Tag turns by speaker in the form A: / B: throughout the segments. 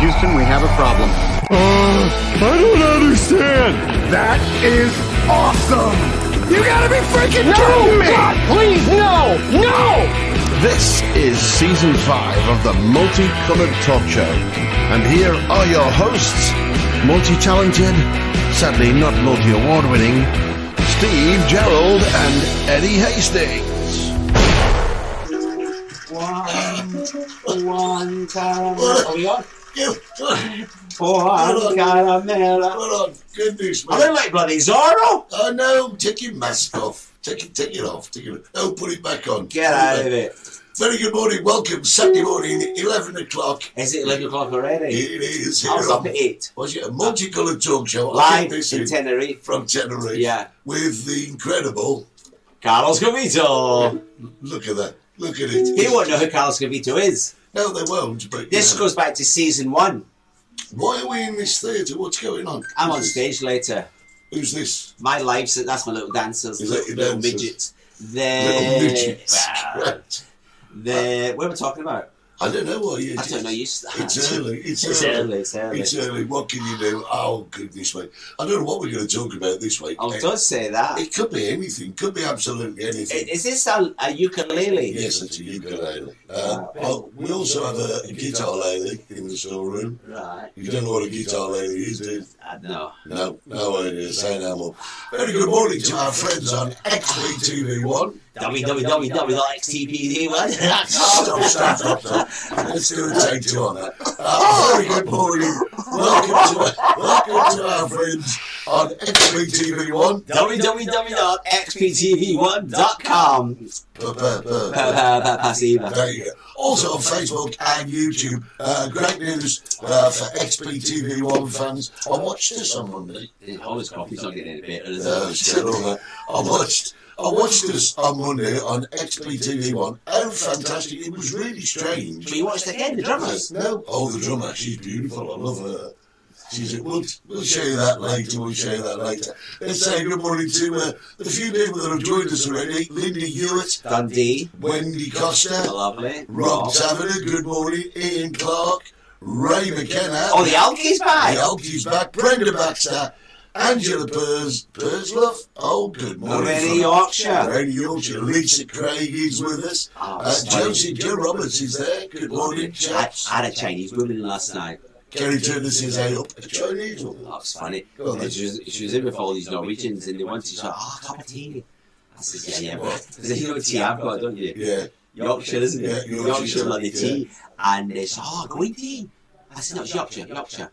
A: Houston, we have a problem.
B: Uh, I don't understand.
C: That is awesome. You gotta be freaking
D: no,
C: kidding me.
D: God, please, no, no.
E: This is season five of the Multicolored Talk Show. And here are your hosts multi talented, sadly not multi award winning, Steve Gerald and Eddie Hastings.
D: One, one caramel. Are we on? One caramel.
F: Oh, goodness,
D: Are they
F: man.
D: like bloody Zorro?
F: Oh, no, take your mask off. Take it, take it off. Take it. Oh, put it back on.
D: Get out of it.
F: Very good morning. Welcome. Saturday morning, 11 o'clock.
D: Is it 11 o'clock already?
F: It is
D: I was
F: here
D: up
F: on,
D: at 8.
F: was it a multicoloured talk show? I think
D: Live
F: this
D: in
F: is
D: Tenerife.
F: from Tenerife.
D: Yeah.
F: With the incredible,
D: Carlos Gavito.
F: look at that. Look at
D: They won't
F: it.
D: know who Carlos Gavito is.
F: No, they won't, but.
D: This
F: you know.
D: goes back to season one.
F: Why are we in this theatre? What's going on?
D: I'm
F: Who's
D: on
F: this?
D: stage later.
F: Who's this?
D: My life's that's my little dancers,
F: Is that
D: little,
F: your
D: little
F: dancers?
D: midgets.
F: Little
D: They're,
F: midgets.
D: Well, they're, what are we talking about?
F: I don't know why you
D: I don't know. You. It's
F: It's early. It's,
D: It's early. It's early.
F: It's early. What can you do? Oh goodness me! I don't know what we're going to talk about this week. Eh,
D: Oh,
F: it,
D: don't say that.
F: it could be anything. Could be absolutely anything.
D: Is this a, a ukulele?
F: yes, it's a ukulele. Uh, oh, we also have a, guitar lady in the storeroom.
D: Right.
F: You don't know what a guitar lady is, do you?
D: I don't know.
F: No, no idea. Say no more. Very good morning to our friends on XBTV1. Ah, Stop,
D: www.xtpd1.
F: stop, stop, stop. Let's do a take two on that. Uh, very good morning. Welcome to, welcome to our friends on XBTV1.
D: www.xptv1.com.
F: Buh, buh, buh.
D: Passiva.
F: There you go. Also on Facebook and YouTube. Uh, great news uh, for XBTV1 fans. I watched this on Monday.
D: Always coffee's not getting any better. is
F: Uh,
D: it?
F: still on that. I watched. I watched this on Monday on XBTV1. Oh, fantastic. It was really strange.
D: But you watched again, the drummers.
F: No. Oh, the drummer. She's beautiful. I love her. She's, we'll, we'll show you that later. We'll show you that later. Let's say good morning to uh, the few people that have joined us already. Linda Hewitt,
D: Dundee.
F: Wendy Costa,
D: Lovely.
F: Rob Taverner, good morning. Ian Clark, Ray McKenna.
D: Oh, the algae's
F: The
D: back.
F: Elkies back. Brenda Baxter, Angela Pers, Perslove. Oh, good morning.
D: Lorraine
F: from-
D: Yorkshire.
F: Lorraine Yorkshire. Lisa Craig is with us.
D: Oh,
F: Uh,
D: sorry.
F: Josie Joe Roberts is there. Good
D: I,
F: morning, chaps.
D: I had a Chinese woman last night.
F: Kerry Turner says, hey, up a Chinese woman.
D: That was funny.
F: Go on then.
D: She was, she was in with all these Norwegians and they wanted, she's like, oh, a cup of tea. I said, yeah, yeah, but there's a tea I've got, don't you?
F: Yeah.
D: Yorkshire, isn't it?
F: Yeah,
D: Yorkshire,
F: Yorkshire.
D: bloody
F: Yeah.
D: tea. And they said, oh, green tea. I said, no, it's Yorkshire, Yorkshire.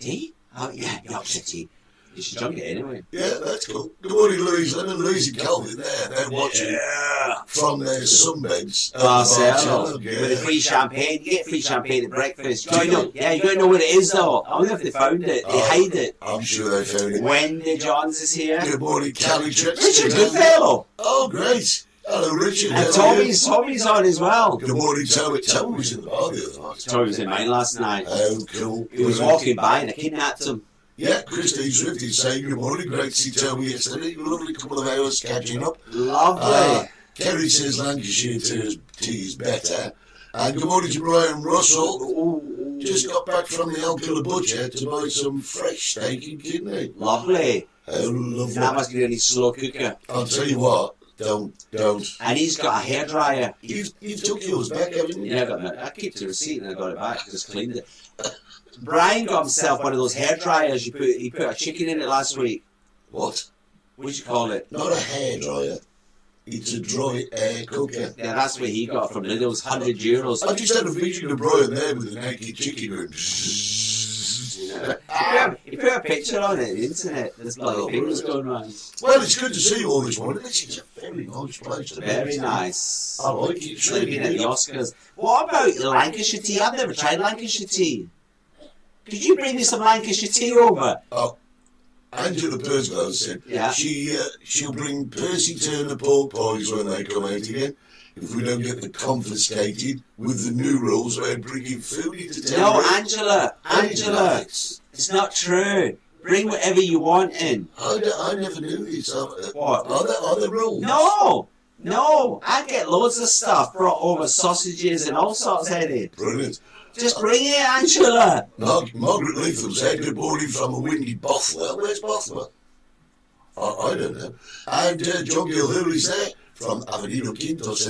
D: Tea? Oh, yeah, Yorkshire tea. You should drink it anyway.
F: Yeah, that's cool. Good morning, Louise Lemon. Louise and Calvin there. They're watching from their sunbeds. at the
D: Oh, Barcelona
F: Barcelona.
D: with the
F: Yeah.
D: free champagne. You get free champagne at breakfast. Join them. Yeah, you gotta know where it is though. I wonder if they found it. They
F: Oh.
D: hide it.
F: I'm sure they found it.
D: When the Johns is here.
F: Good morning, Callie Trips.
D: Richard Goodfellow.
F: Oh, great. Hello, Richard. How are
D: And
F: you?
D: Tommy's Tommy's on as well.
F: Good morning, Toby. Toby was in the bar the other night.
D: Tommy was in mine last night.
F: Oh, cool.
D: He was walking by and I kidnapped him.
F: Yeah, Christine Swift is saying good morning. Great to see Toby yesterday. Lovely couple of hours catching up. Uh,
D: Lovely.
F: Kerry says Lancashire tea is, tea is better. And good morning to Brian Russell.
D: Ooh,
F: Just got back from the Alcala Butcher to buy some fresh steak and kidney.
D: lovely.
F: Oh, lovely.
D: That must be really slow cooker.
F: I'll tell you what, don't, don't.
D: And he's got a hairdryer.
F: You, you took yours back, haven't you?
D: Yeah, I got my, I kept the receipt and I got it back. Just cleaned it. Brian got himself one of those hair dryers. You put he put a chicken in it last week.
F: What?
D: What do you call it?
F: Not a hairdryer. It's a dry air cooker.
D: Yeah, that's where he got from Lidl's. Hundred euros. Oh,
F: I just had a vision of Brian there with an naked chicken going.
D: He put a picture on it. The internet. There's bloody things going round.
F: Well, it's good to see you all this morning. This is a very nice place. to be.
D: Very nice.
F: I like it. It's really
D: Living at the
F: good.
D: Oscars. What about the Lancashire tea? I've never tried Lancashire tea. Could you bring me some Lancashire tea over?
F: Oh, Angela Perslow said
D: Yeah.
F: she uh, she'll bring Percy Turner pork pies when they come out again. If we don't get them confiscated with the new rules, we're bringing food into town.
D: No, Angela. Angela. It's not true. Bring whatever you want in.
F: I, d- I never knew this. Uh,
D: What?
F: Are there, are there rules?
D: No! No, I get loads of stuff brought over, sausages and all sorts headed.
F: Brilliant.
D: Just bring it, Angela.
F: Mar- Margaret Latham said good morning from a windy Bothwell. Where's Bothwell? I, I don't know. And uh, John Gilhur is there from Avenida Quinto
D: He's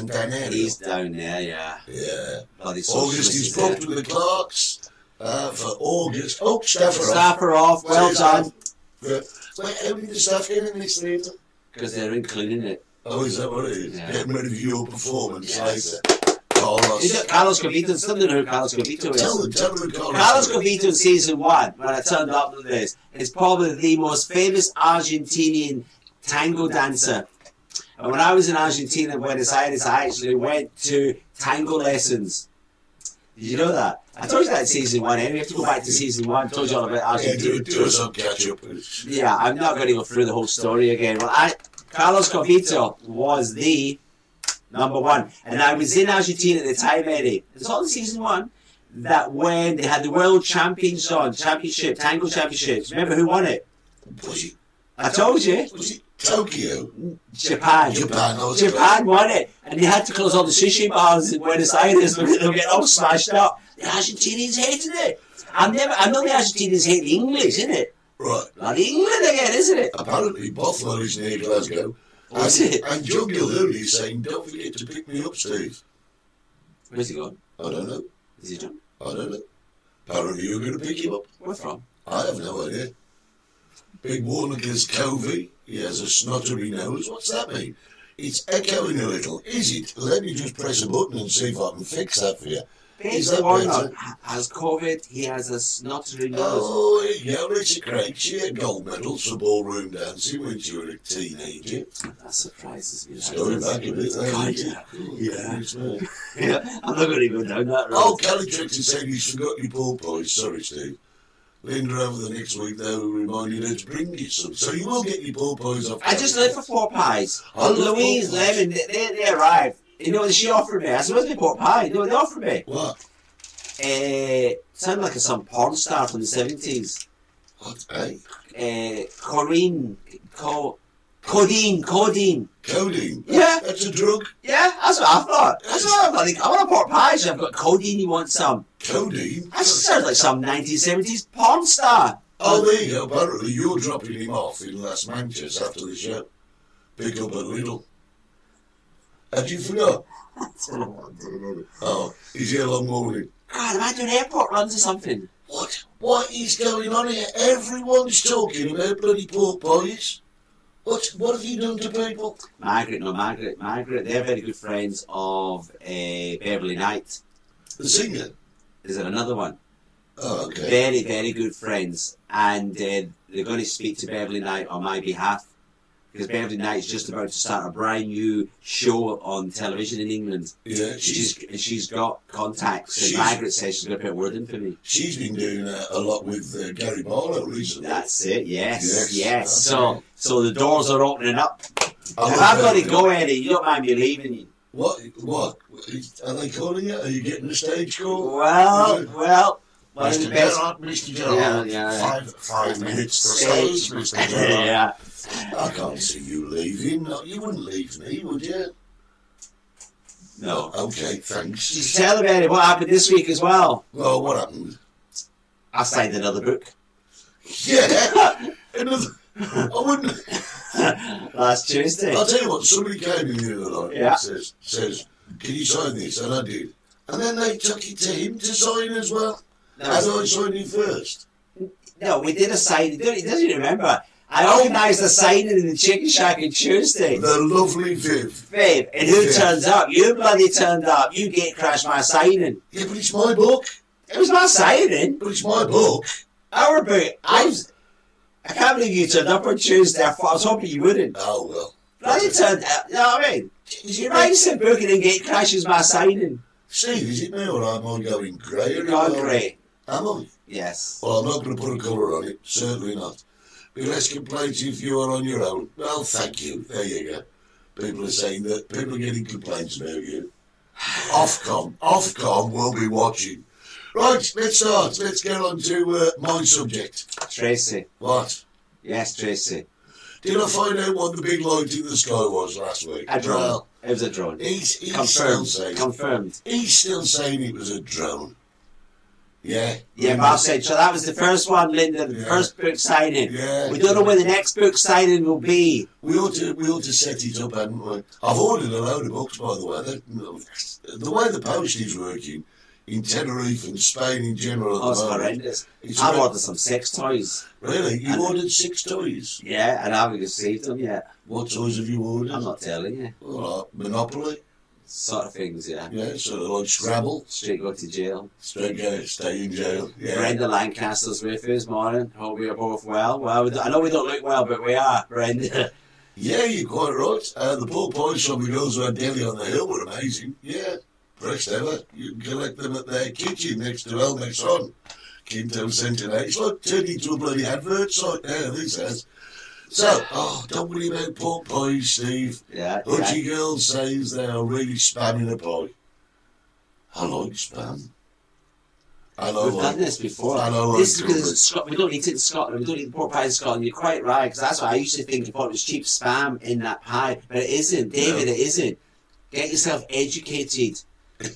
F: Centenario.
D: down there, yeah.
F: Yeah.
D: Bloody
F: August
D: socialist
F: is
D: is there.
F: booked with the clerks uh, for August. Oh, Stafford.
D: Snap her off. Well done.
F: Yeah. Wait, how did the staff in in this later?
D: Because they're including it.
F: Oh, is that what it is?
D: Yeah.
F: Getting rid of your performance
D: Yes.
F: later. Oh, Carlos.
D: Is it Carlos Covito? Something who Carlos Covito is.
F: Tell them, tell them Carlos.
D: Carlos Covito in season one, when I turned up to this, is probably the most famous Argentinian tango dancer. And when I was in Argentina, Buenos Aires, I actually went to tango lessons. Did you know that? I told you that in season one. Anyway, you have to go back to season one. I told you all about
F: Yeah, do,
D: Argentina.
F: do us some catch up.
D: Yeah, I'm not going to go through the whole story again. Well, I, Carlos Covito was the number one, and I was in Argentina at the time, Eddie. It's all in season one. That when they had the world champions on championship, tango championships. Remember who won it?
F: Was it,
D: I told you,
F: was it Tokyo?
D: Japan.
F: Japan, I was
D: Japan won it, and they had to close all the sushi bars in Buenos Aires because they were getting all smashed up. The Argentinians hated it. I never, I know the Argentinians hate the English, isn't it?
F: Right.
D: Bloody England again, isn't it?
F: Apparently, Bothwell is near Glasgow.
D: That's
F: and,
D: it.
F: And John Gilhurley is saying, don't forget to pick me up, Steve.
D: Where's he gone?
F: I don't know.
D: Is he done?
F: I don't know. Apparently, you're going to pick him up.
D: Where from?
F: I have no idea. Big warning against Covey. He has a snottery nose. What's that mean? It's echoing a little. Is it? Let me just press a button and see if I can fix that for you. Is
D: Peter
F: that
D: Warnock
F: better?
D: has COVID. He has a snotty nose.
F: Oh, there you go, Lisa Craig. She had gold medals for ballroom dancing when she was a teenager.
D: That surprises me.
F: Going back a bit, there.
D: God,
F: isn't
D: yeah.
F: it? Yeah.
D: Yeah, I'm not going to go down that road.
F: Oh, Kelly Jackson said you forgot your ball boys. Sorry, Steve. Linda over the next week, though, reminded her to bring you some. So you will get your ball boys off.
D: I just lived for four Oh, pies.
F: I love
D: Louise,
F: pork pies.
D: Lemon, they, they, they arrived. You know what she offered me? I said, where's my pork pie? You know what they offered me?
F: What?
D: Uh, sounded like some porn star from the 70s.
F: What? Eh? Hey?
D: Uh, Corinne, Co- Codeine, Codeine.
F: Codeine?
D: Yeah.
F: That's a drug.
D: Yeah, that's what I thought. That's what I thought. Like, I want a pork pie. She said, I've got codeine, you want some?
F: Codeine?
D: That sounds like some 1970s porn star.
F: Oh, there you go. Apparently, you're dropping him off in Las Manchas after the show. Pick up a little. Had you forgot? Oh, he's here long morning.
D: God, am I doing airport runs or something?
F: What? What is going on here? Everyone's talking about bloody pork pies. What? What have you done to people?
D: Margaret, no, Margaret, Margaret, they're very good friends of uh, Beverly Knight.
F: The singer.
D: Is there another one?
F: Oh, okay.
D: Very, very good friends. And uh, they're going to speak to Beverly Knight on my behalf. Because Beverly Knight's just about to start a brand new show on television in England.
F: Yeah, she's
D: She's and she's got contacts. And
F: She's-
D: Margaret says she's going to put a word in for me.
F: she's been doing uh, a lot with uh, Gary Barlow recently.
D: That's it. Yes,
F: Yes,
D: yes.
F: okay.
D: So, so the doors are opening up.
F: I
D: If
F: love
D: I've
F: her.
D: got to go, Eddie, you don't mind me leaving you.
F: What? What? Is- Are they calling you? Are you getting a stage call?
D: Well, well, one of the
F: Mr.
D: best.
F: Gerard, Mr. Gerard,
D: Yeah, yeah.
F: five five minutes to
D: Stage.
F: stage, Mr. Gerard.
D: yeah.
F: I can't see you leaving. No, you wouldn't leave me, would you?
D: No.
F: Okay,
D: Just
F: thanks.
D: tell them, Eddie, what happened this week as well.
F: Well, what happened?
D: I signed another book
F: Yeah, another. I wouldn't.
D: last Tuesday.
F: I'll tell you what. Somebody came in the other night
D: Yeah.
F: and says, "says Can you sign this?" And I did. And then they took it to him to sign as well.
D: No,
F: As I signed it first.
D: No, we did a signing. Don't- He doesn't remember. I organised a signing in the chicken shack on Tuesday.
F: The lovely Viv.
D: Babe, and who
F: Yeah.
D: turns up? You bloody turned up. You get crashed my signing.
F: Yeah, but it's my book.
D: It was my signing.
F: But it's my book.
D: Our book. I was. I can't believe you turned up on Tuesday. I thought- I was hoping you wouldn't.
F: Oh well.
D: Bloody turned up. You know what uh, I mean?
F: Is
D: He
F: it me?
D: writes a book and then get crashes my signing.
F: Steve, is it me or am I going grey?
D: You're gone grey.
F: Am I?
D: Yes.
F: Well, I'm not going to put a colour on it. Certainly not. Be less complaints if you are on your own. Well, thank you. There you go. People are saying that. People are getting complaints about you. Ofcom. Ofcom will be watching. Right, let's start. Let's get on to uh, my subject.
D: Tracy.
F: What?
D: Yes, Tracy.
F: Did I find out what the big light in the sky was last week?
D: I don't.
F: Well,
D: It was a drone.
F: He's, he's still
D: Confirmed.
F: saying
D: Confirmed.
F: he's still saying it was a drone. Yeah.
D: Yeah, Marv said. So that was the first one, Linda, the
F: Yeah.
D: first book signing.
F: Yeah.
D: We don't know when the next book signing will be.
F: We ought to we ought to set it up, and we? I've ordered a load of books, by the way. That, the way the post is working in Tenerife and Spain in general,
D: Oh,
F: at
D: it's
F: the moment,
D: horrendous.
F: It's
D: I've
F: horrend-
D: ordered some sex toys.
F: really, you
D: And-
F: ordered six toys.
D: Yeah, and I haven't received them yet.
F: What toys have you ordered?
D: I'm not telling you.
F: All right, Monopoly,
D: Sort of things, yeah.
F: yeah, sort of like Scrabble.
D: Straight go to jail.
F: Straight go, stay in jail. Yeah,
D: Brenda Lancaster's with us morning. Hope we are both well. Well, we don't- I know we don't look well, but we are, Brenda.
F: yeah, you're quite right. Uh, the poor pies from the girls who had deli on the hill were amazing. Yeah, best ever. You can collect them at their kitchen next to El Mexon. Quinto Centenary. It's like turned into a bloody advert site now, this has. So, oh, don't worry about pork pies, Steve.
D: yeah. yeah.
F: Hutchie Girl says they are really spamming a pie. I like spam. I know
D: We've
F: what-
D: done this before.
F: I know what
D: This is
F: I'm
D: because
F: doing.
D: it's Scot- we don't eat it in Scotland. We don't eat the pork pie in Scotland. You're quite right, because that's what I used to think. I thought it was cheap spam in that pie, but it isn't, David.
F: No.
D: It isn't. Get yourself educated.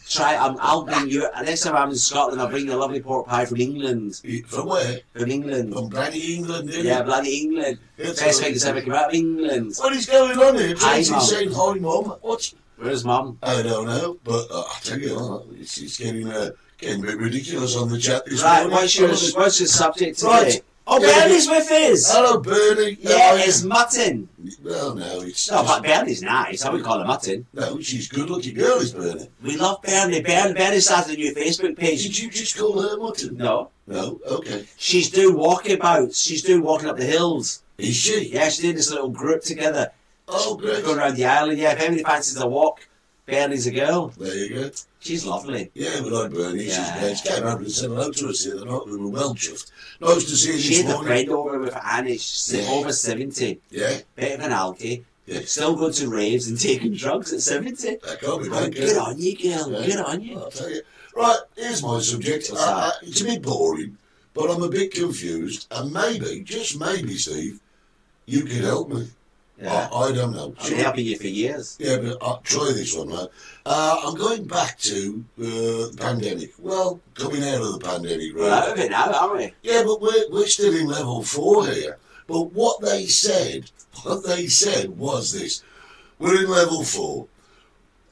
D: Try. Um, I'll bring you. Next time I'm in Scotland, I'll bring you a lovely pork pie from England.
F: From where?
D: From England.
F: From bloody England, isn't
D: Yeah,
F: it?
D: bloody England.
F: It's
D: Best
F: a-
D: thing that's ever come out of England.
F: What is going on here?
D: Hi,
F: Tracy
D: Mum.
F: saying hi, mum. What's
D: Where's Mum?
F: I don't know, but uh, I tell you, what, it's, it's getting uh, getting a bit ridiculous on the chat this
D: Right,
F: morning.
D: what's your, what's your subject today?
F: Right. Oh,
D: Oh,
F: Yeah.
D: Bernie's with us!
F: Hello, Bernie.
D: yeah,
F: How are
D: it's Mutton.
F: you? Well, no, it's
D: No, but
F: just-
D: Bernie's nice. I would call her Mutton.
F: no, she's a good-looking girl, is Bernie.
D: We love Bernie. Bernie, Bernie started a new Facebook page.
F: Did you just call her mutton?
D: No.
F: No. Okay.
D: She's doing walkabouts. She's doing walking up the hills.
F: Is she?
D: Yeah, she's doing this little group together.
F: Oh, great.
D: Going around the island. Yeah, if anybody fancies a walk, Bernie's a girl.
F: There you go.
D: She's lovely.
F: Yeah, we like Bernie.
D: Yeah.
F: She's great. She came over and said hello to us the other night. We were well chuffed. Nice to see you
D: She
F: this
D: had a
F: morning.
D: friend over with Annie. She's
F: Yeah.
D: over 70.
F: Yeah.
D: Bit of an alky.
F: Yeah.
D: Still going to raves and taking drugs at 70.
F: That can't be
D: Oh,
F: bad, can
D: good
F: it?
D: on you, girl.
F: Yeah.
D: Good on you.
F: I'll tell you. Right, here's my subject.
D: What's
F: I-
D: that?
F: I- it's a bit boring, but I'm a bit confused, and maybe, just maybe, Steve, you can help me.
D: Yeah.
F: I, I don't know.
D: I've been helping you for years.
F: Yeah, but I'll try this one, right? Uh, I'm going back to uh, the pandemic. Well, coming out of the pandemic,
D: We're
F: right?
D: out of it now, aren't we?
F: Yeah, but we're, we're still in level four here. But what they said, what they said was this we're in level four,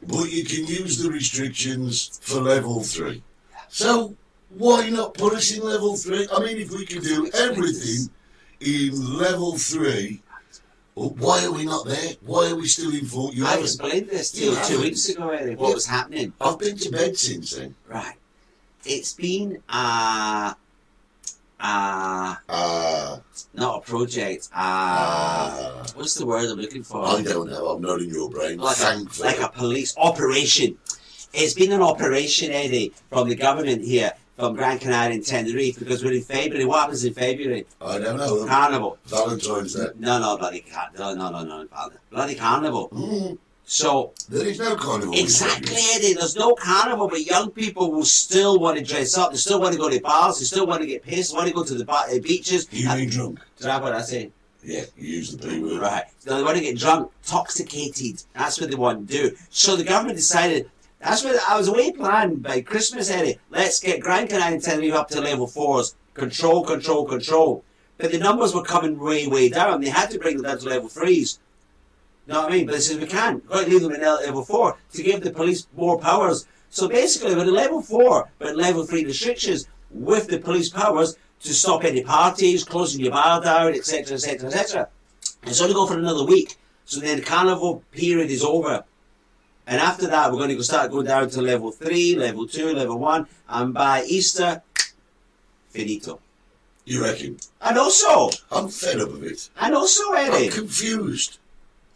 F: but you can use the restrictions for level three. So why not put us in level three? I mean, if we can do everything in level three, well, why are we not there? Why are we still in four? You
D: I
F: haven't-
D: explained this to
F: You
D: you two
F: haven't.
D: weeks ago, Eddie, what
F: Yeah.
D: was happening.
F: I've been to bed since then.
D: Right. It's been uh, uh,
F: Uh,
D: not a project. Uh,
F: Ah.
D: what's the word I'm looking for?
F: I don't know. I'm not in your brain.
D: like a,
F: thankfully.
D: like a police operation. It's been an operation, Eddie, from the government here, from Gran Canaria and Tenerife, because we're in February. What happens in February?
F: I don't know.
D: Carnival.
F: Valentine's Day.
D: No, no, bloody car- no, no, no, no, bloody- bloody carnival.
F: Mm,
D: So
F: there is no carnival. in
D: exactly,
F: February.
D: Eddie. There's no carnival, but young people will still want to dress up. They still want to go to bars. They still want to get pissed. Want to go to the bar- uh, beaches.
F: You
D: Uh,
F: mean drunk?
D: Is that what I say?
F: Yeah, you use the P word.
D: Right. So they want to get drunk, intoxicated. That's what they want to do. So the government decided. That's what I was away planned by Christmas, Eddie. Let's get Gran Canaria and Tenerife up to level fours. Control, control, control. But the numbers were coming way, way down. They had to bring them down to level threes. You know what I mean? But they says we can't. We've got to leave them at level four to give the police more powers. So basically, we're at level four, but level three restrictions with the police powers to stop any parties, closing your bar down, etc., etc., etc. It's only going for another week. So then the carnival period is over. And after that, we're going to go start going down to level three, level two, level one, and by Easter, finito.
F: You reckon?
D: And also,
F: I'm fed up of it.
D: and also,
F: I'm
D: Eddie,
F: confused.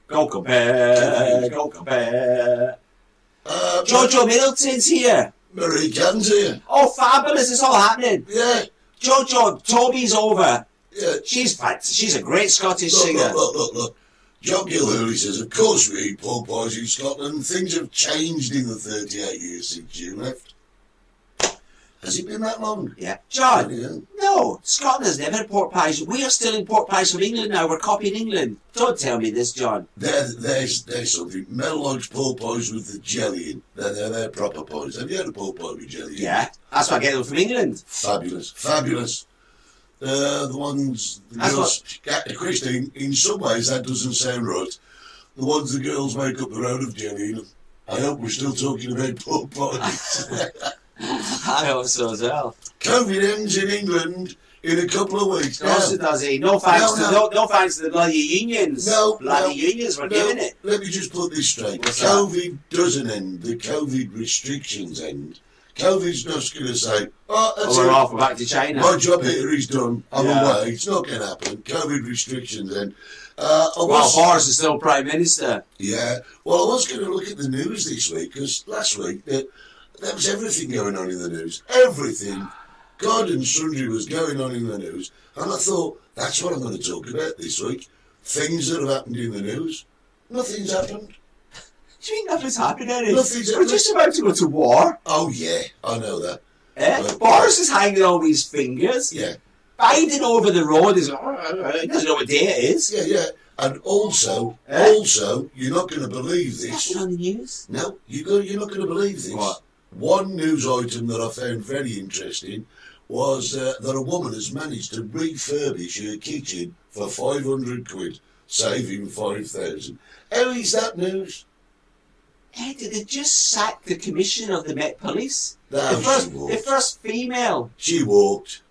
D: go compare, go compare.
F: Uh,
D: Jojo Middleton's here.
F: Marie Cann's here.
D: Oh, fabulous! It's all happening.
F: Yeah,
D: Jojo, Toby's over.
F: yeah.
D: She's fat. She's a great Scottish
F: Look,
D: singer.
F: look, look, look, look. John Gilhurley says, of course we eat pork pies in Scotland. Things have changed in the 38 years since you left. Has it been that long?
D: Yeah, John.
F: Yeah.
D: No, No, Scotland has never had pork pies. We are stealing pork pies from England now. We're copying England. Don't tell me this, John.
F: There, there's, there's something. Mel likes pork pies with the jelly in. They're, they're, they're proper pies. Have you had a pork pie with jelly in?
D: Yeah, that's why I get them from England.
F: Fabulous. Fabulous. Uh, the ones the
D: That's
F: girls, Ca- Christine, in some ways that doesn't sound right. The ones the girls make up their own of jelly in. I hope we're still talking about pork pies.
D: I hope so as well.
F: COVID ends in England in a couple of weeks.
D: Of course it
F: Now-
D: does, eh? No thanks
F: No,
D: to
F: no.
D: no, no thanks to the bloody unions.
F: No,
D: bloody
F: no,
D: unions were
F: no,
D: giving it.
F: Let me just put this straight.
D: What's that?
F: COVID doesn't end. The COVID restrictions end. COVID's not going to say, "Oh, that's
D: Oh, we're
F: it.
D: off. We're back to China.
F: My job here is done. I'm
D: Yeah.
F: away. It's not going to happen. COVID restrictions end." Uh, I
D: Well,
F: was,
D: Boris is still prime minister.
F: yeah. Well, I was going to look at the news this week because last week that there was everything going on in the news. Everything, God and sundry was going on in the news, and I thought that's what I'm going to talk about this week. Things that have happened in the news. Nothing's happened.
D: Do you mean nothing's happened? Eddie?
F: Nothing's
D: We're
F: happened.
D: just about to go to war.
F: Oh yeah, I know that.
D: Eh?
F: Right.
D: Boris is hanging on with his fingers.
F: Yeah,
D: Biden over the road is. "Oh, He doesn't know what day it is.
F: yeah, yeah. And also,
D: Eh?
F: also, you're not going to believe this.
D: Nothing on the news.
F: No, you go. You're not going to believe this.
D: What?
F: One news item that I found very interesting was uh, that a woman has managed to refurbish her kitchen for 500 quid, saving 5,000. How is that news?
D: Ed, Eh, did they just sack the commissioner of the Met Police?
F: No,
D: the
F: she
D: first,
F: walked.
D: the first female.
F: She walked.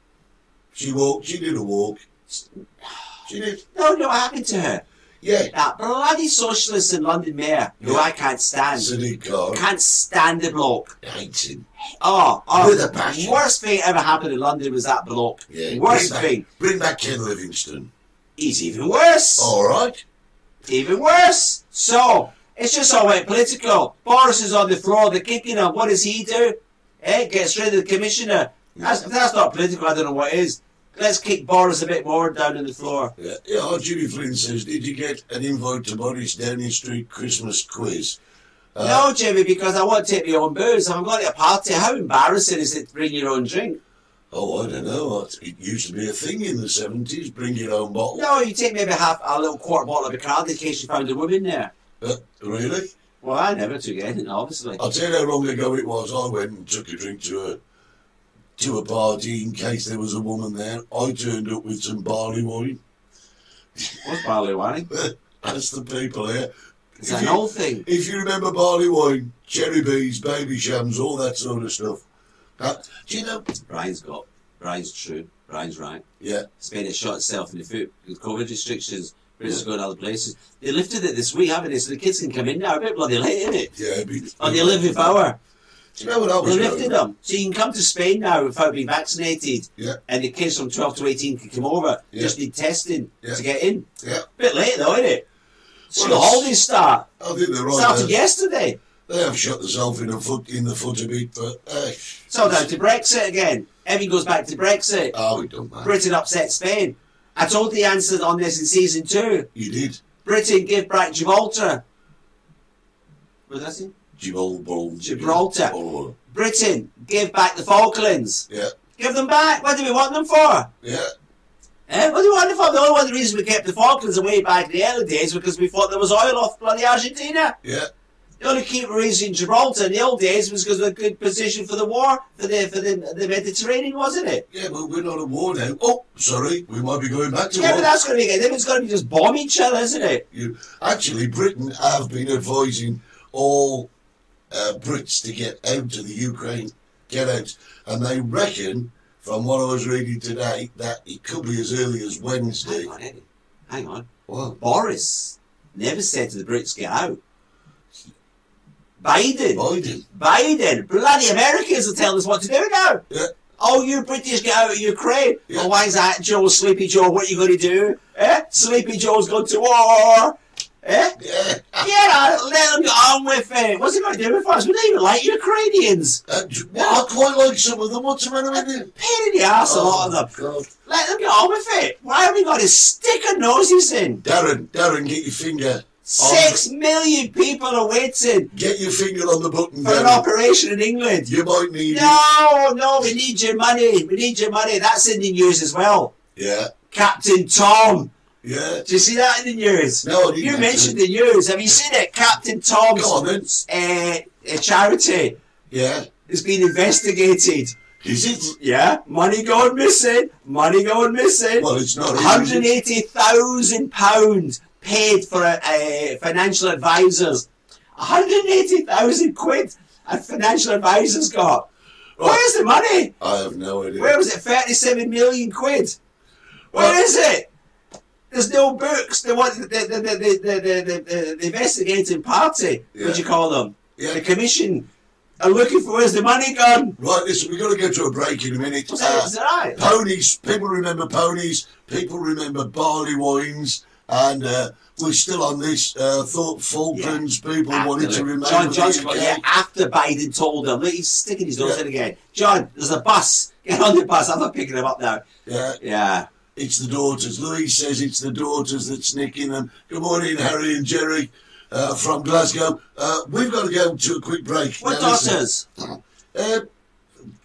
F: She walked. She did a walk. She did.
D: No, no, what happened to her?
F: Yeah.
D: That bloody socialist in London mayor, who
F: Yeah.
D: I can't stand.
F: Sadiq Khan.
D: Can't stand the bloke.
F: Hates him.
D: Oh, oh
F: With a passion.
D: worst thing ever happened in London was that bloke.
F: Yeah,
D: worst
F: bring
D: thing.
F: Back, bring back Ken Livingston.
D: He's even worse.
F: All right.
D: Even worse. So it's just all went political. Boris is on the floor. They're kicking him. What does he do? Eh, gets rid of the commissioner. That's, that's not political. I don't know what is. Let's kick Boris a bit more down on the floor.
F: Yeah, yeah oh, Jimmy Flynn says, did you get an invite to Boris Downing Street Christmas quiz?
D: no, Jimmy, because I won't take my own booze. If I'm going to a party. How embarrassing is it to bring your own drink?
F: Oh, I don't know. It used to be a thing in the 70s, bring your own bottle.
D: No, you take maybe half a little quarter bottle of Bacardi in case you found a woman there.
F: Uh, really?
D: Well, I never took anything, obviously.
F: I'll tell you how long ago it was. I went and took a drink to a to a party in case there was a woman there. I turned up with some barley wine.
D: What's barley wine?
F: That's the people here.
D: It's
F: If
D: an
F: you-
D: old thing.
F: If you remember barley wine, cherry bees, baby shams, all that sort of stuff. Uh, do you know?
D: Brian's got. Brian's true. Brian's right.
F: Yeah,
D: Spain has shot itself in the foot with COVID restrictions. Britain's going other places. They lifted it this week, haven't they? So the kids can come in now. A bit bloody late, isn't it?
F: yeah. Be,
D: On the 11th hour.
F: Do you know what I
D: They um,
F: was
D: lifted
F: going-
D: them. So you can come to Spain now without being vaccinated.
F: Yeah.
D: And the kids from 12 to 18 can come over.
F: Yeah.
D: Just need testing
F: Yeah.
D: to get in.
F: Yeah,
D: bit late, though, isn't it? School
F: Well, it's- Oh,
D: holidays start.
F: I think they're right.
D: Started
F: there.
D: yesterday.
F: They have shot themselves in the foot in the foot a bit, but uh,
D: So now to Brexit again. Everything goes back to Brexit.
F: oh, it don't matter.
D: Britain upset Spain. I told the answers on this in season two.
F: You did,
D: Britain give back Gibraltar. Was that it?
F: Gibraltar.
D: Gibraltar. Britain give back the Falklands.
F: Yeah,
D: Give them back. What do we want them for?
F: yeah.
D: Eh? What do we want them for? The only one the reason we kept the Falklands away back in the early days because we thought there was oil off bloody Argentina.
F: Yeah,
D: The only key reason Gibraltar in the old days was because of a good position for the war for the for the, the Mediterranean, wasn't it?
F: yeah, but we're not at war now. Oh, sorry, we might be going back to
D: Yeah,
F: war.
D: but that's going to be good. Then it's going to be just bomb each other, isn't it?
F: You, actually, Britain have been advising all uh, Brits to get out of the Ukraine, get out, and they reckon, from what I was reading today, that it could be as early as Wednesday.
D: Hang on, Eddie. Hang on.
F: Well,
D: Boris never said to the Brits, get out. Biden,
F: Biden.
D: Biden, bloody Americans are telling us what to do now.
F: Yeah.
D: Oh, you British, get out of Ukraine.
F: Yeah.
D: Well, why is that, Joe? Sleepy Joe, what you going to do? Eh? Sleepy Joe's going to war. Eh?
F: Yeah.
D: Yeah, let them get on with it. What's he going to do with us? We don't even like Ukrainians.
F: And, well, Uh, I quite like some of them. What's the matter with you? Oh,
D: Pain in the ass, a lot of them.
F: God.
D: Let them get on with it. Why have we got to stick our noses in?
F: Darren, Darren, get your finger
D: Six million people are waiting
F: Get your finger on the button,
D: for an
F: Gary.
D: operation in England.
F: You might need it.
D: No, no, we need your money. We need your money. That's in the news as well.
F: Yeah,
D: Captain Tom.
F: yeah.
D: Did you see that in the news?
F: No, I didn't
D: You
F: actually.
D: mentioned the news. Have you seen it? Captain Tom's
F: Go on, then.
D: uh, uh, charity
F: Yeah.
D: is being investigated.
F: Is it?
D: Yeah, money going missing. Money going missing.
F: Well, it's not. even-
D: £180,000 paid for uh, financial advisors. 180,000 quid a financial advisors got. Where's the money?
F: I have no idea.
D: Where was it? 37 million quid.
F: Well-
D: Where is it? There's no books. They want the, the, the, the, the, the, the, the investigating party,
F: Yeah.
D: would you call them?
F: Yeah.
D: The commission are looking for where's the money gone.
F: Right, listen, we've got to go to a break in a minute.
D: Is
F: Uh,
D: that, is that right?
F: ponies, people remember ponies, people remember barley wines, and uh, we're still on this. Uh, Thorpe Falklands, people wanted to
D: Absolutely.
F: remain.
D: John
F: with
D: Johnson
F: the
D: got
F: UK.
D: there after Biden told him. Look, he's sticking his nose
F: Yeah.
D: in again. John, there's a bus. Get on the bus. I'm not picking him up now.
F: Yeah,
D: Yeah.
F: it's the daughters. Louise says it's the daughters that's nicking them. Good morning, Harry and Jerry uh, from Glasgow. Uh, we've got to go to a quick break.
D: What
F: Now, listen,
D: daughters?
F: Uh,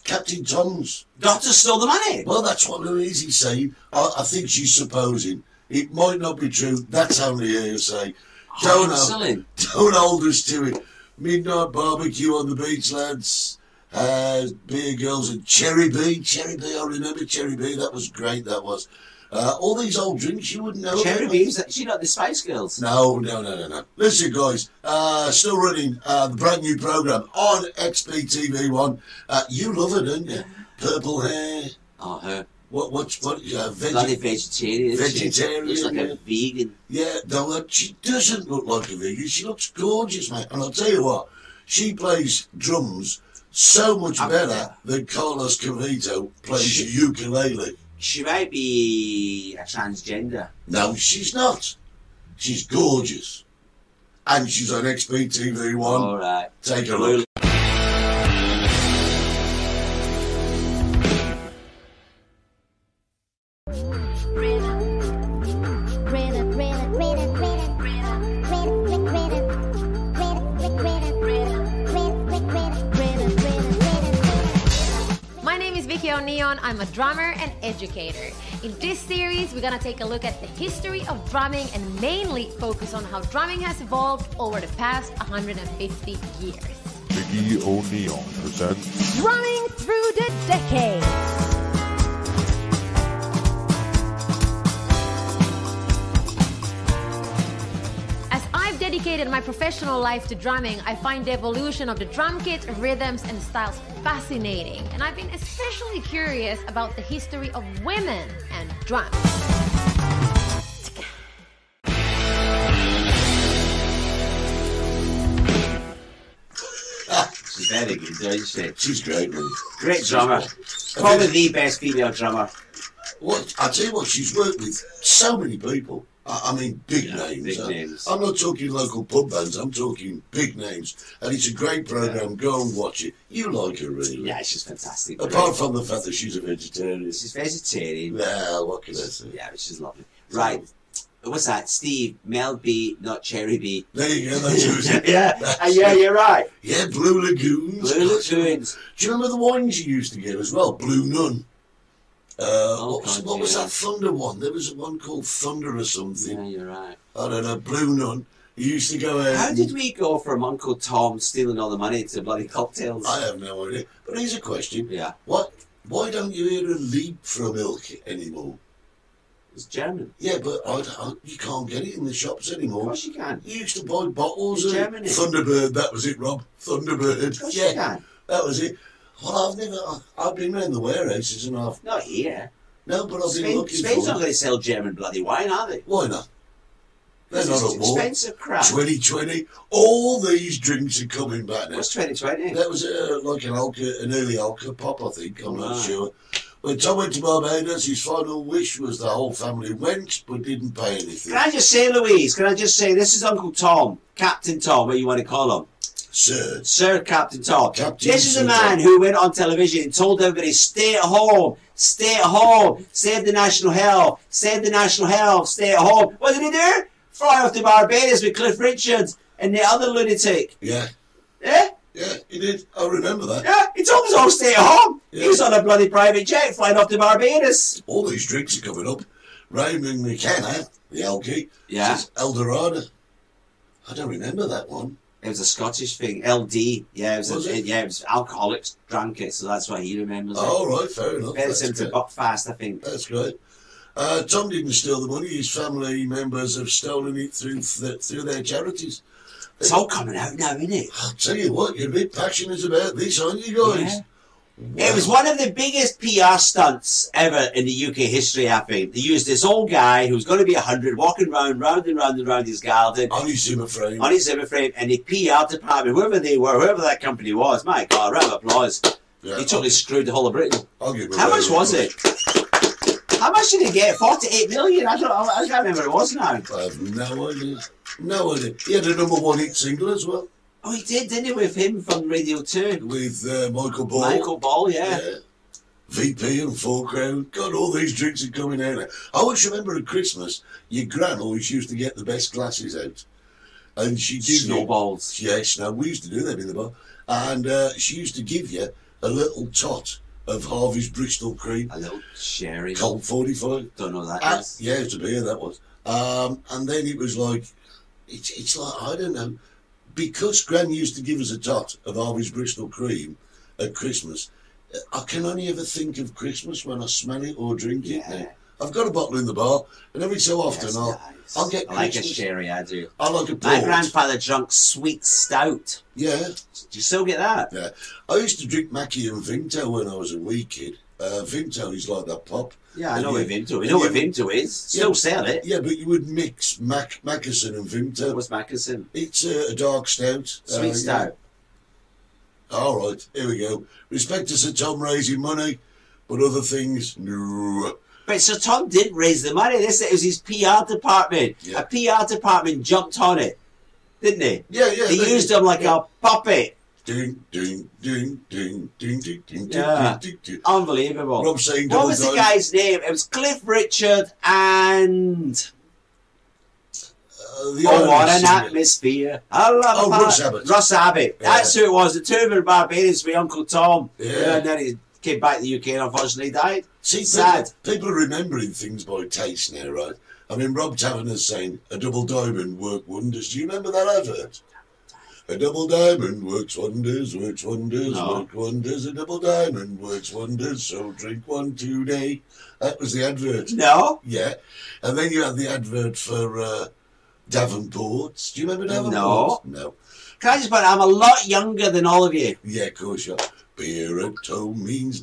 F: Captain Tom's.
D: Daughters stole the money.
F: Well, that's what Louise is saying. I, I think she's supposing. It might not be true. That's only hearsay. Don't,
D: silly.
F: don't hold us to it. Midnight barbecue on the beach, lads. Uh, beer girls and Cherry B. Cherry B, I remember Cherry B. That was great, that was. Uh, all these old drinks you wouldn't know.
D: Cherry
F: about.
D: Bees, she not the Spice Girls.
F: No, no, no, no, no. Listen, guys, uh, still running uh, the brand new programme on XBTV1. Uh, you love it, don't you? Purple hair.
D: Oh, her.
F: What? What's what? Uh,
D: Bloody
F: veggie?
D: vegetarian. isn't she?
F: Vegetarian,
D: Looks like a vegan.
F: Yeah, no, uh, she doesn't look like a vegan. She looks gorgeous, mate. And I'll tell you what, she plays drums so much
D: Ah.
F: better than Carlos Cavito plays the ukulele.
D: She might be a transgender.
F: No, she's not. She's gorgeous, and she's on XBTV1.
D: All right.
F: Take a look.
A: My name is Vicky O'Neon. I'm a drummer and educator. In this series, we're gonna take a look at the history of drumming and mainly focus on how drumming has evolved over the past 150 years.
B: Biggie O'Neon presents.
A: Drumming through the decades. As I've dedicated my professional life to drumming, I find the evolution of the drum kit, rhythms, and styles fascinating. And I've been especially curious about the history of women and drums.
D: She's very good, isn't she?
F: She's great, man.
D: Great drummer. Probably the best female drummer.
F: What I tell you what, she's worked with so many people. I, I mean, big
D: Yeah,
F: names.
D: big
F: I,
D: names.
F: am not talking local pub bands. I'm talking big names, and it's a great program. Go and watch it. You like her, really?
D: Yeah, she's fantastic.
F: Apart from the fact that she's a vegetarian.
D: She's vegetarian.
F: Well, what can I say?
D: Yeah, which is lovely. Right. What's that? Steve, Mel B, not Cherry B.
F: There you go. That's who's- That's it.
D: you're right.
F: yeah. Blue Lagoons.
D: Blue Lagoons.
F: Do you remember the wines you used to get as well? Blue Nun. Uh, what was,
D: Oh, God,
F: what was
D: yeah.
F: that thunder one? There was one called Thunder or something.
D: Yeah, you're right.
F: I don't know. Blue Nun. You used to go out.
D: How
F: and-
D: did we go from Uncle Tom stealing all the money to bloody cocktails?
F: I have no idea. But here's a question.
D: Yeah,
F: What? Why don't you hear a leap from milk anymore?
D: it's German.
F: Yeah, but I, I, you can't get it in the shops
D: Of
F: anymore.
D: course you can.
F: You used to buy bottles
D: In
F: of
D: Germany.
F: Thunderbird. That was it, Rob. Thunderbird.
D: course you
F: yeah,
D: can.
F: that was it. Well, I've never. I, I've been round the warehouses and I've
D: Not here.
F: no, but I've been
D: Spain,
F: looking
D: Spain's
F: for.
D: not
F: it.
D: going to sell German bloody wine, are they?
F: Why not? They're
D: This
F: not
D: is
F: at war.
D: expensive crap.
F: 2020. All these drinks are coming back now.
D: What's 2020?
F: That was uh, like an alka, an early alka pop, I think. I'm not
D: Right.
F: sure. When Tom went to Barbados, his final wish was the whole family went but didn't pay anything.
D: Can I just say, Louise, can I just say, this is Uncle Tom, Captain Tom, what you want to call him.
F: Sir,
D: Sir Captain Todd.
F: Captain
D: this is
F: Sir
D: a man
F: Todd.
D: who went on television and told everybody, stay at home, stay at home, save the national health, save the national health, stay at home. What did he do? Fly off to Barbados with Cliff Richard and the other lunatic.
F: Yeah,
D: Yeah?
F: yeah, he did. I remember that.
D: Yeah? He told us all to stay at home. He
F: Yeah.
D: was on a bloody private jet flying off to Barbados.
F: All these drinks are coming up. Raymond McKenna, the Elkie,
D: Yeah.
F: says El Dorado. I don't remember that one.
D: It was a Scottish thing. LD. Yeah, it was,
F: Was
D: a,
F: it?
D: yeah, it was alcoholics drank it, so that's why he remembers
F: Oh,
D: it.
F: all right, fair enough.
D: Very
F: That's
D: similar to
F: good.
D: Buckfast, I think.
F: That's great. Uh, Tom didn't steal the money. His family members have stolen it through th- through their charities.
D: It's all coming out now, isn't it?
F: I'll tell you what, you're a bit passionate about this, aren't you guys?
D: Yeah. It was one of the biggest PR stunts ever in the UK history, I think. They used this old guy who's going to be 100 walking round, round and round and round his garden
F: On his Zimmer frame.
D: on his zimmer frame, and the PR department, whoever they were, whoever that company was, my God, round of applause.
F: Yeah,
D: He totally screwed the whole of Britain.
F: I'll give him
D: How
F: a
D: much
F: round of
D: was it?
F: applause.
D: How much did he get? 48 million? I don't I can't remember what it was now.
F: I have no idea. No idea. He had a number one hit single as well
D: Oh, he did, didn't he, with him from Radio 2?
F: with uh, Michael Ball.
D: Michael Ball, yeah.
F: Yeah. VP and Four Crown. God, all these drinks are coming out. now. I always remember at Christmas, your gran always used to get the best glasses out. And she did.
D: Snowballs.
F: Yes, now we used to do them in the bar. And uh, she used to give you a little tot of Harvey's Bristol cream,
D: A little sherry.
F: cold 45.
D: Don't know what that
F: Uh,
D: is.
F: yeah, it's a beer that was. Um, and then it was like, it's, it's like, I don't know, because Gran used to give us a tot of Harvey's Bristol cream at Christmas, uh, I can only ever think of Christmas when I smell it or drink
D: Yeah.
F: it now. I've got a bottle in the bar, and every so often
D: That's
F: I'll,
D: nice.
F: I'll get
D: I like a
F: Christmas.
D: sherry, I do.
F: I like a
D: My
F: port.
D: grandfather drunk sweet stout.
F: yeah.
D: Do you still get that?
F: Yeah, I used to drink Mackie and Vinto when I was a wee kid. Uh, Vinto is like that pop.
D: Yeah, I
F: And
D: know
F: you-
D: what Vinto. We
F: and
D: know what
F: you-
D: Vinto is. Still sell it.
F: Yeah, but you would mix Mac Mackerson and Vinto.
D: What's Mackerson?
F: It's uh, a dark stout. Uh,
D: Sweet
F: yeah.
D: stout.
F: All right, here we go. Respect to Sir Tom raising money, but other things, no.
D: But Sir Tom didn't raise the money. This it was his PR department.
F: Yeah.
D: A PR department jumped on it, didn't they?
F: Yeah, yeah.
D: They used him like a puppet.
F: Ding, ding, ding, ding, ding, ding, ding,
D: Yeah.
F: ding, ding, ding.
D: Unbelievable.
F: Rob saying
D: what
F: double
D: was the
F: time.
D: guy's name? It was Cliff Richard and
F: Uh, the
D: Oh, what
F: Irish
D: an
F: singer.
D: atmosphere. I love
F: Oh,
D: that.
F: Russ Abbott.
D: Russ Abbott.
F: Yeah.
D: That's who it was. The two of them in Barbados with Uncle Tom.
F: Yeah.
D: And then he came back to the UK and unfortunately died.
F: See,
D: Sad.
F: People, people are remembering things by taste now, right? I mean, Rob Taverner's saying a double diamond worked wonders. Do you remember that advert? A double diamond works wonders, works wonders,
D: No.
F: works wonders. A double diamond works wonders, so drink one today. That was the advert.
D: No?
F: Yeah. And then you had the advert for uh, Davenport's. Do you remember
D: No.
F: Davenport's? No.
D: Can I just point out, I'm a lot younger than all of you.
F: Yeah, of course you are. Beer at home means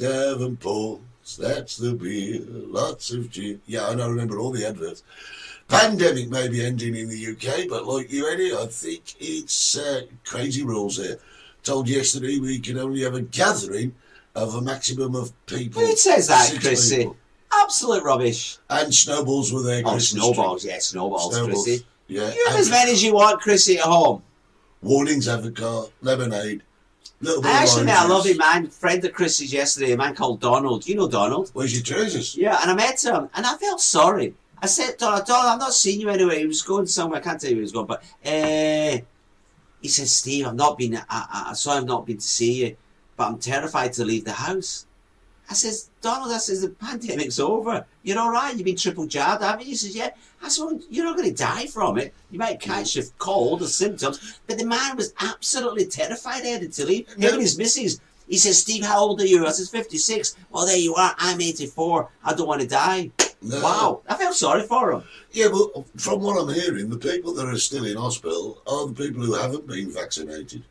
F: Davenport's. That's the beer. Lots of cheer. Yeah, and I remember all the adverts. Pandemic may be ending in the UK, but like you, Eddie, I think it's uh, crazy rules here. Told yesterday we can only have a gathering of a maximum of people.
D: Who says that,
F: Six
D: Chrissy?
F: people.
D: Absolute rubbish.
F: And snowballs were there.
D: Oh, snowballs. Yeah, snowballs, Chrissy.
F: Yeah.
D: You have as
F: and
D: many as you want, Chrissy, at home.
F: Warnings, avocado, lemonade, little bit
D: I
F: of
D: actually met a
F: orange
D: lovely
F: juice.
D: man, friend of Chrissy's yesterday, a man called Donald. You know Donald.
F: Where's your trousers?
D: Yeah, and I met him, and I felt sorry. I said, Donald, Donald, I'm not seeing you anywhere. He was going somewhere. I can't tell you where he was going, but uh, he says, Steve, I've not been. I, I, I saw I've not been to see you, but I'm terrified to leave the house. I says, Donald, I says the pandemic's over. You're all right. You've been triple jabbed, haven't you? He says, yeah. I said, well, you're not going to die from it. You might catch a cold or symptoms. But the man was absolutely terrified. He had to leave. Him and his missus. He says, Steve, how old are you? I says, 56. Well, there you are. I'm 84. I don't want to die.
F: No.
D: Wow. I felt sorry for him.
F: Yeah, but from what I'm hearing, the people that are still in hospital are the people who haven't been vaccinated.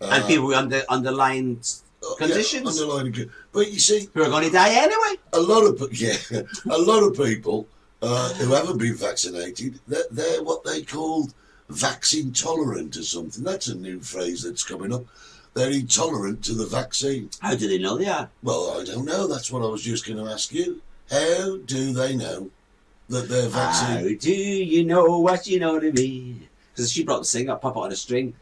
D: and people with under, underlying
F: Uh, yeah,
D: conditions
F: underlying con- But you see,
D: who are going to die anyway.
F: a lot of pe- yeah, a lot of people uh, who haven't been vaccinated, they're, they're what they call vaccine tolerant or something. That's a new phrase that's coming up. They're intolerant to the vaccine.
D: How do they know they are?
F: Well, I don't know. That's what I was just going to ask you. How do they know that they're
D: How
F: vaccinated?
D: do you know what you know to me? Because she brought the singer puppet on a string.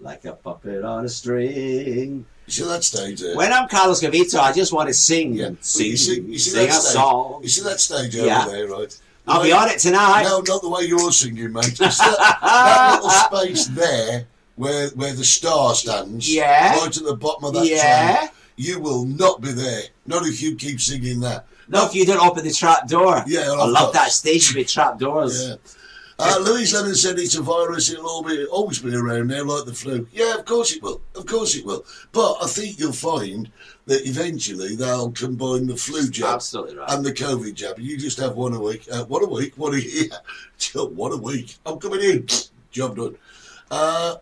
D: Like a puppet on a string.
F: So that stage there.
D: When I'm Carlos Gavito, I just want to sing
F: Yeah,
D: and
F: see,
D: sing,
F: you see, you see
D: sing
F: that
D: a
F: stage,
D: song.
F: You see that stage
D: Yeah.
F: over there, right?
D: I'll be on it tonight.
F: No, not the way you're singing, mate. It's that, that little space there where where the star stands.
D: Yeah.
F: Right at the bottom of that
D: Yeah.
F: track. You will not be there. Not if you keep singing that.
D: Not if you don't open the trap door.
F: Yeah, well,
D: I
F: I've
D: love
F: got-
D: that station with trap doors.
F: Yeah. Uh, Louise Lemon said it's a virus. It'll all be, always be around now, like the flu. Yeah, of course it will. Of course it will. But I think you'll find that eventually they'll combine the flu jab
D: Absolutely right.
F: and the COVID jab. You just have one a week. Uh, one a week. One a year. one a week. I'm coming in. Job done. Uh,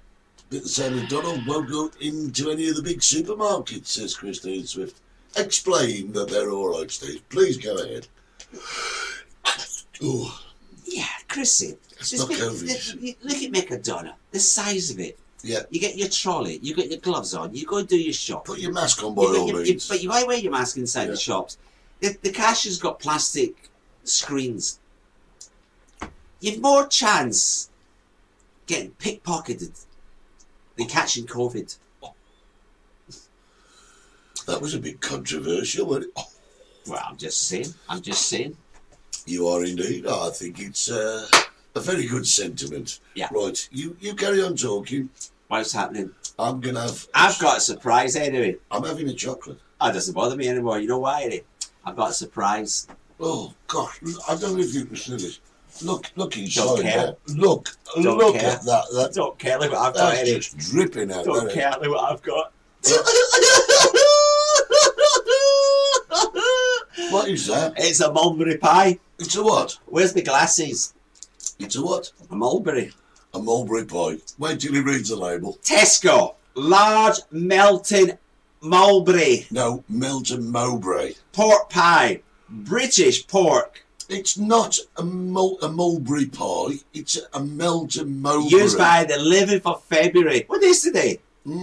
F: bit the same as Donald won't go into any of the big supermarkets, says Christine Swift. Explain that they're all right, Steve. Please go ahead. Ooh.
D: Yeah, Chrissy. Just
F: not
D: make-
F: COVID.
D: look- look at Mercadona, the size of it.
F: Yeah.
D: You get your trolley, you get your gloves on, you go and do your shop.
F: Put your mask on by
D: You got
F: all
D: your- you-
F: means.
D: but you might wear your mask inside the
F: Yeah.
D: shops. The, the cash has got plastic screens. You've more chance getting pickpocketed than catching COVID.
F: That was a bit controversial. Wasn't it?
D: Well, I'm just saying. I'm just saying.
F: You are indeed. I think it's uh, a very good sentiment.
D: Yeah.
F: Right. You you carry on talking.
D: What's happening?
F: I'm gonna have.
D: I've got a surprise anyway.
F: I'm having a chocolate.
D: Oh, it doesn't bother me anymore. You know why? Eddie? I've got a surprise.
F: Oh gosh! I don't know if you can see this. Look! Look
D: Don't
F: inside
D: care.
F: there. Look!
D: Don't
F: look
D: care.
F: at that. that
D: Don't care. Look what I've got,
F: that's
D: Eddie.
F: just dripping out.
D: Don't
F: there.
D: care. Look what I've got.
F: What is that?
D: It's a mulberry pie.
F: It's a what?
D: Where's the glasses?
F: It's a what?
D: A mulberry.
F: A mulberry pie. Wait till he reads the label.
D: Tesco. Large melted mulberry.
F: No, Milton Mowbray.
D: Pork pie. British pork.
F: It's not a, mul- a mulberry pie. It's a Melton mulberry.
D: Used by the 11th of February. What is today?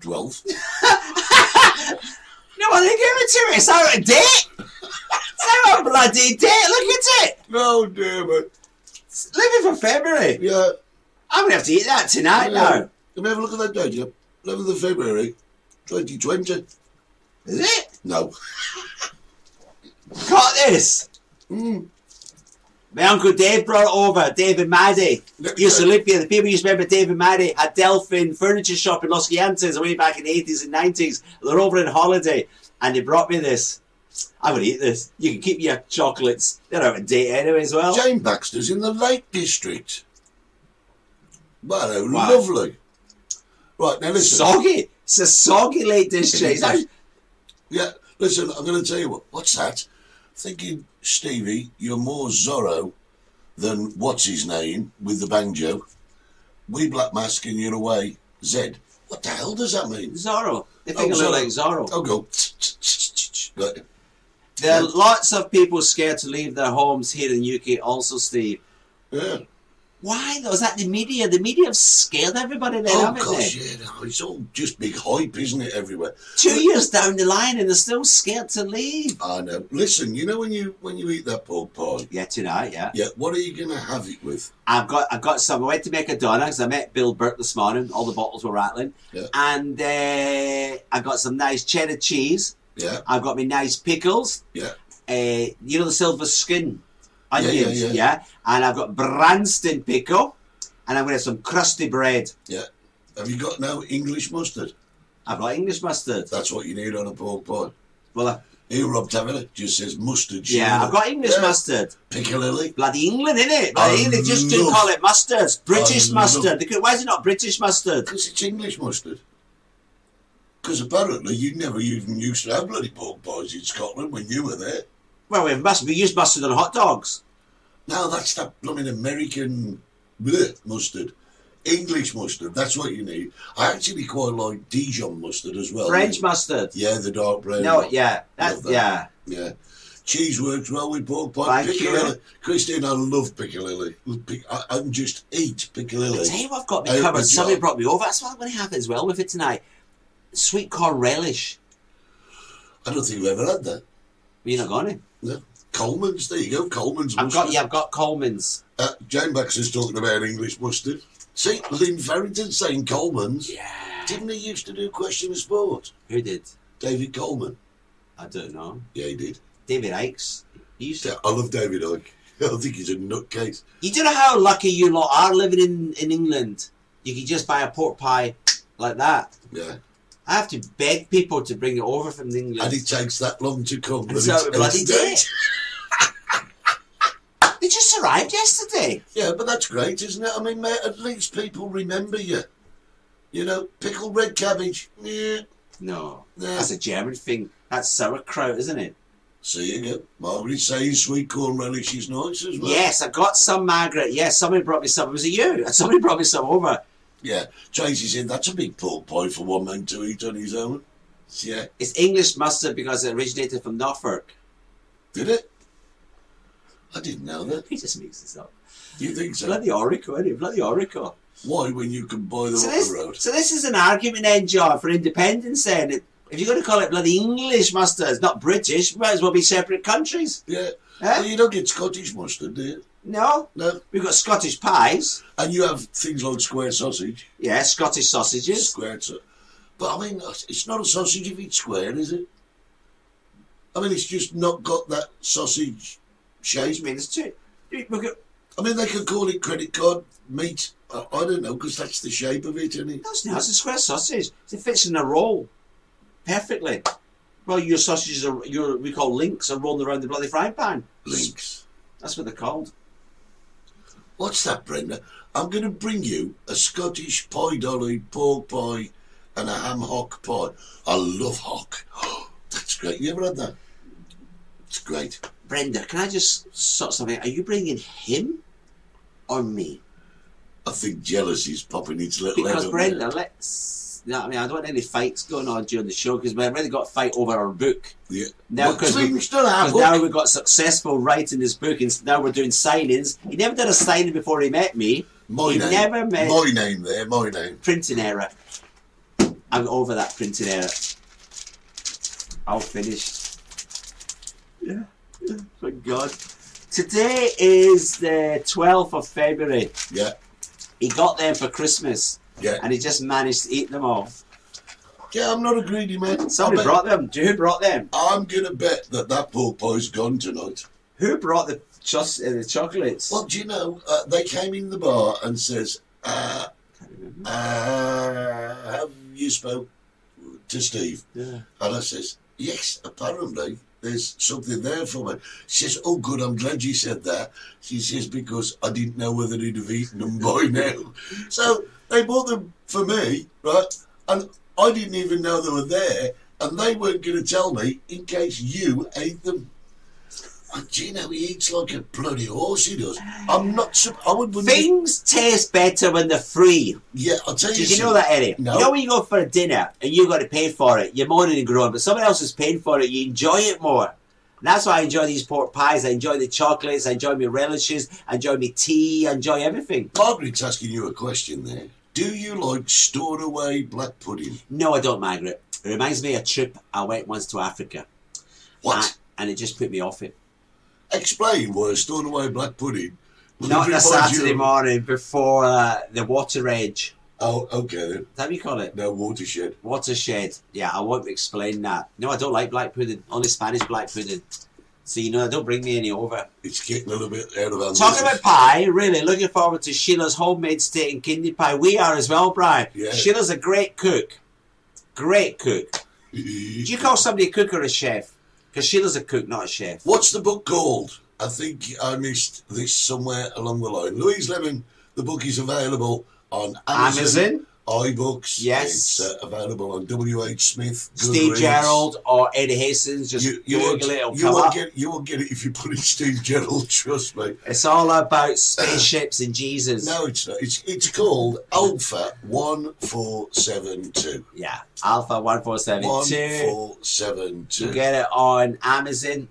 F: twelve.
D: No, well, they gave it to me. It's out of date. It's out of bloody date. Look at it.
F: no, damn it.
D: It's 11th of February.
F: Yeah.
D: I'm going to have to eat that tonight
F: yeah.
D: now.
F: Can we have a look at that date? Yep. Eleventh of February, twenty twenty.
D: Is it?
F: No.
D: Got this. My uncle Dave brought it over, David Maddy.
F: Let me
D: Used to
F: tell you-
D: live here. The people used to remember David Maddy had Delphin furniture shop in Los Giantes way back in the 80s and 90s. They're over on holiday and they brought me this. I'm going to eat this. You can keep your chocolates. They're out of date anyway as well.
F: Jane Baxter's in the Lake District. Wow, how
D: Wow.
F: lovely. Right now, listen.
D: Soggy. It's a soggy Lake District. It's actually-
F: Yeah, listen, I'm going to tell you what. What's that? Thinking, Stevie, you're more Zorro than what's his name with the banjo. We black mask and you're away. Zed. What the hell does that mean?
D: Zorro. They think
F: Oh,
D: I look
F: Zorro.
D: like Zorro.
F: I'll go. Right.
D: There are lots of people scared to leave their homes here in UK also, Steve.
F: Yeah.
D: Why though? Is that the media? The media have scared everybody then,
F: Oh
D: haven't
F: gosh,
D: they?
F: yeah, no, it's all just big hype, isn't it? Everywhere.
D: Two years down the line and they're still scared to leave.
F: I know. Listen, you know when you when you eat that pork pie,
D: Yeah, tonight, yeah.
F: yeah, what are you going to have it with?
D: I've got I've got some. I went to Mercadona because I met Bill Burt this morning. All the bottles were rattling.
F: Yeah.
D: And uh, I've got some nice cheddar cheese.
F: Yeah,
D: I've got me nice pickles.
F: yeah.
D: Uh, you know the silver skin
F: yeah,
D: onions,
F: yeah.
D: And I've got Branston pickle. And I'm going to have some crusty bread.
F: Yeah. Have you got no English mustard?
D: I've got English mustard.
F: That's what you need on a pork pie.
D: Well, I-
F: Here, Rob Taverner just says mustard.
D: yeah, I've got English
F: Yeah.
D: mustard.
F: Piccalilli.
D: Bloody England, innit? Bloody
F: I
D: England just do
F: love-
D: call it mustard. It's British
F: I
D: mustard.
F: love-
D: They could- why is it not British mustard?
F: Because it's English mustard. Because apparently you never even used to have bloody pork pies in Scotland when you were there.
D: Well, we must we use mustard on hot dogs.
F: Now that's that blooming American bleh, mustard. English mustard, that's what you need. I actually quite like Dijon mustard as well.
D: French mustard.
F: Yeah, the dark brown.
D: No,
F: one.
D: yeah, that's
F: Love that.
D: yeah.
F: Yeah. Cheese works well with pork pie.
D: Thank
F: Piccalilli.
D: you.
F: Christine, I love Piccalilli. Pic- I, I can just eat Piccalilli.
D: I tell you what, I've got
F: Out
D: me
F: of
D: covered.
F: a
D: Somebody
F: Oh, job.
D: brought me over. That's what I'm going to have as well with it tonight. Sweet corn relish.
F: I don't think we've ever had
D: Well,
F: that.
D: You're not going to.
F: No. Coleman's, there you go. Coleman's
D: I've
F: mustard.
D: got yeah, I've got Coleman's.
F: Uh, Jane Baxter's talking about English mustard. See, Lynn Farrington saying Coleman's.
D: Yeah.
F: Didn't he used to do Question of Sport?
D: Who did?
F: David Coleman.
D: I don't know.
F: Yeah, he did.
D: David Ikes. He used to-
F: Yeah, I love David Icke. I think he's a nutcase.
D: You don't know how lucky you lot are living in, in England. You can just buy a pork pie like that.
F: Yeah.
D: I have to beg people to bring it over from England.
F: And it takes that long to come.
D: And
F: that
D: so
F: it's
D: it bloody did.
F: instant.
D: They just arrived yesterday.
F: Yeah, but that's great, isn't it? I mean, mate, at least people remember you. You know, pickled red cabbage. Yeah.
D: No,
F: Yeah.
D: that's a German thing. That's sauerkraut, isn't it?
F: So you go. Margaret says sweet corn relish is nice as well.
D: Yes, I got some, Margaret. Yes, somebody brought me some. Was it you? Somebody brought me some over.
F: Yeah. Tracy said that's a big pork pie for one man to eat on his own. Yeah.
D: It's English mustard because it originated from Norfolk.
F: Did it? I didn't know that.
D: He just makes this up.
F: Do you think so?
D: Bloody oracle, isn't it? Bloody oracle.
F: Why when you can buy them
D: So
F: off
D: this,
F: the road?
D: so this is an argument then, John, for independence then. It- If you're going to call it bloody English mustard, it's not British, might as well be separate countries.
F: Yeah.
D: Huh?
F: Well, you don't get Scottish mustard, do you?
D: No?
F: No.
D: We've got Scottish pies.
F: And you have things like square sausage.
D: Yeah, Scottish sausages.
F: Square sausage. But I mean, it's not a sausage if it's square, is it? I mean, it's just not got that sausage shape.
D: I mean, there's two. We've got, oh,
F: I mean, they could call it credit card meat. I, I don't know, because that's the shape of it, isn't it?
D: that's not, it's a square sausage. It fits in a roll perfectly. Well, your sausages are, your, we call links, are rolling around the bloody frying pan.
F: Links.
D: That's what they're called.
F: What's that, Brenda? I'm going to bring you a Scottish pie dolly, pork pie, and a ham hock pie. I love hock. That's great. You ever had that? It's great.
D: Brenda, can I just sort something? Are you bringing him or me?
F: I think jealousy's popping its little head
D: Because
F: up
D: Brenda,
F: there.
D: let's. You know what I mean, I don't want any fights going on during the show because we've already got a fight over our book.
F: Yeah.
D: Now,
F: But
D: because we,
F: things don't have
D: 'cause now
F: hook.
D: we've got successful writing this book, and now we're doing signings. He never did a signing before he met me.
F: My
D: he
F: name.
D: never met
F: my name there, my name.
D: printing error. I'm over that printing error. I'll finish. Yeah. yeah. Thank God. Today is the 12th of February.
F: Yeah.
D: He got them for Christmas,
F: Yeah.
D: and he just managed to eat them all.
F: Yeah, I'm not a greedy man. I
D: Somebody
F: bet-
D: brought them. Who brought them?
F: I'm going to bet that that pork pie's gone tonight.
D: Who brought the chos- uh, the chocolates?
F: Well, do you know, uh, they came in the bar and says, uh, uh, have you spoke to Steve?
D: Yeah.
F: And I says, yes, apparently there's something there for me. She says, oh, good, I'm glad you said that. She says, because I didn't know whether he'd have eaten them by now. So they bought them for me, right? And I didn't even know they were there. And they weren't going to tell me in case you ate them. And do you know he eats like a bloody horse, he does. I'm not, sup- I would, wouldn't-
D: Things taste better when they're free.
F: yeah, I'll tell you.
D: Did you know
F: something.
D: that, Eddie?
F: No.
D: You know when you go for a dinner and you've got to pay for it, you're moaning and groaning, but someone else is paying for it, you enjoy it more. And that's why I enjoy these pork pies, I enjoy the chocolates, I enjoy my relishes, I enjoy my tea, I enjoy everything.
F: Margaret's asking you a question there. Do you like stored away black pudding?
D: No, I don't, Margaret. It reminds me of a trip I went once to Africa.
F: What?
D: And it just put me off it.
F: Explain why stored away black pudding.
D: Not on a
F: reminds
D: Saturday
F: you of-
D: morning before uh, the water edge.
F: Oh, okay then.
D: Is that what you call it?
F: No watershed.
D: Watershed. Yeah, I won't explain that. No, I don't like black pudding. Only Spanish black pudding. So you know, don't bring me any over.
F: It's getting a little bit out of our
D: Talking
F: league.
D: about pie, really looking forward to Sheila's homemade steak and kidney pie. We are as well, Brian.
F: Yeah.
D: Sheila's a great cook. Great cook. Do you call somebody a cook or a chef? Because Sheila's a cook, not a chef.
F: What's the book called? I think I missed this somewhere along the line. Louise Lemon, the book is available on Amazon.
D: Amazon?
F: iBooks.
D: Yes.
F: It's uh, available on W.H. Smith.
D: Steve
F: Goodreads.
D: Gerald or Eddie Hastings, just
F: You, you, won't,
D: Google it, it'll
F: you,
D: come
F: won't
D: up.
F: get, you won't get it if you put in Steve Gerald, trust me.
D: It's all about spaceships and Jesus.
F: No, it's not. It's it's called Alpha One Four Seven Two.
D: Yeah, Alpha One Four Seven
F: One
D: Two.
F: Four Seven
D: uh, You
F: Two.
D: get it on Amazon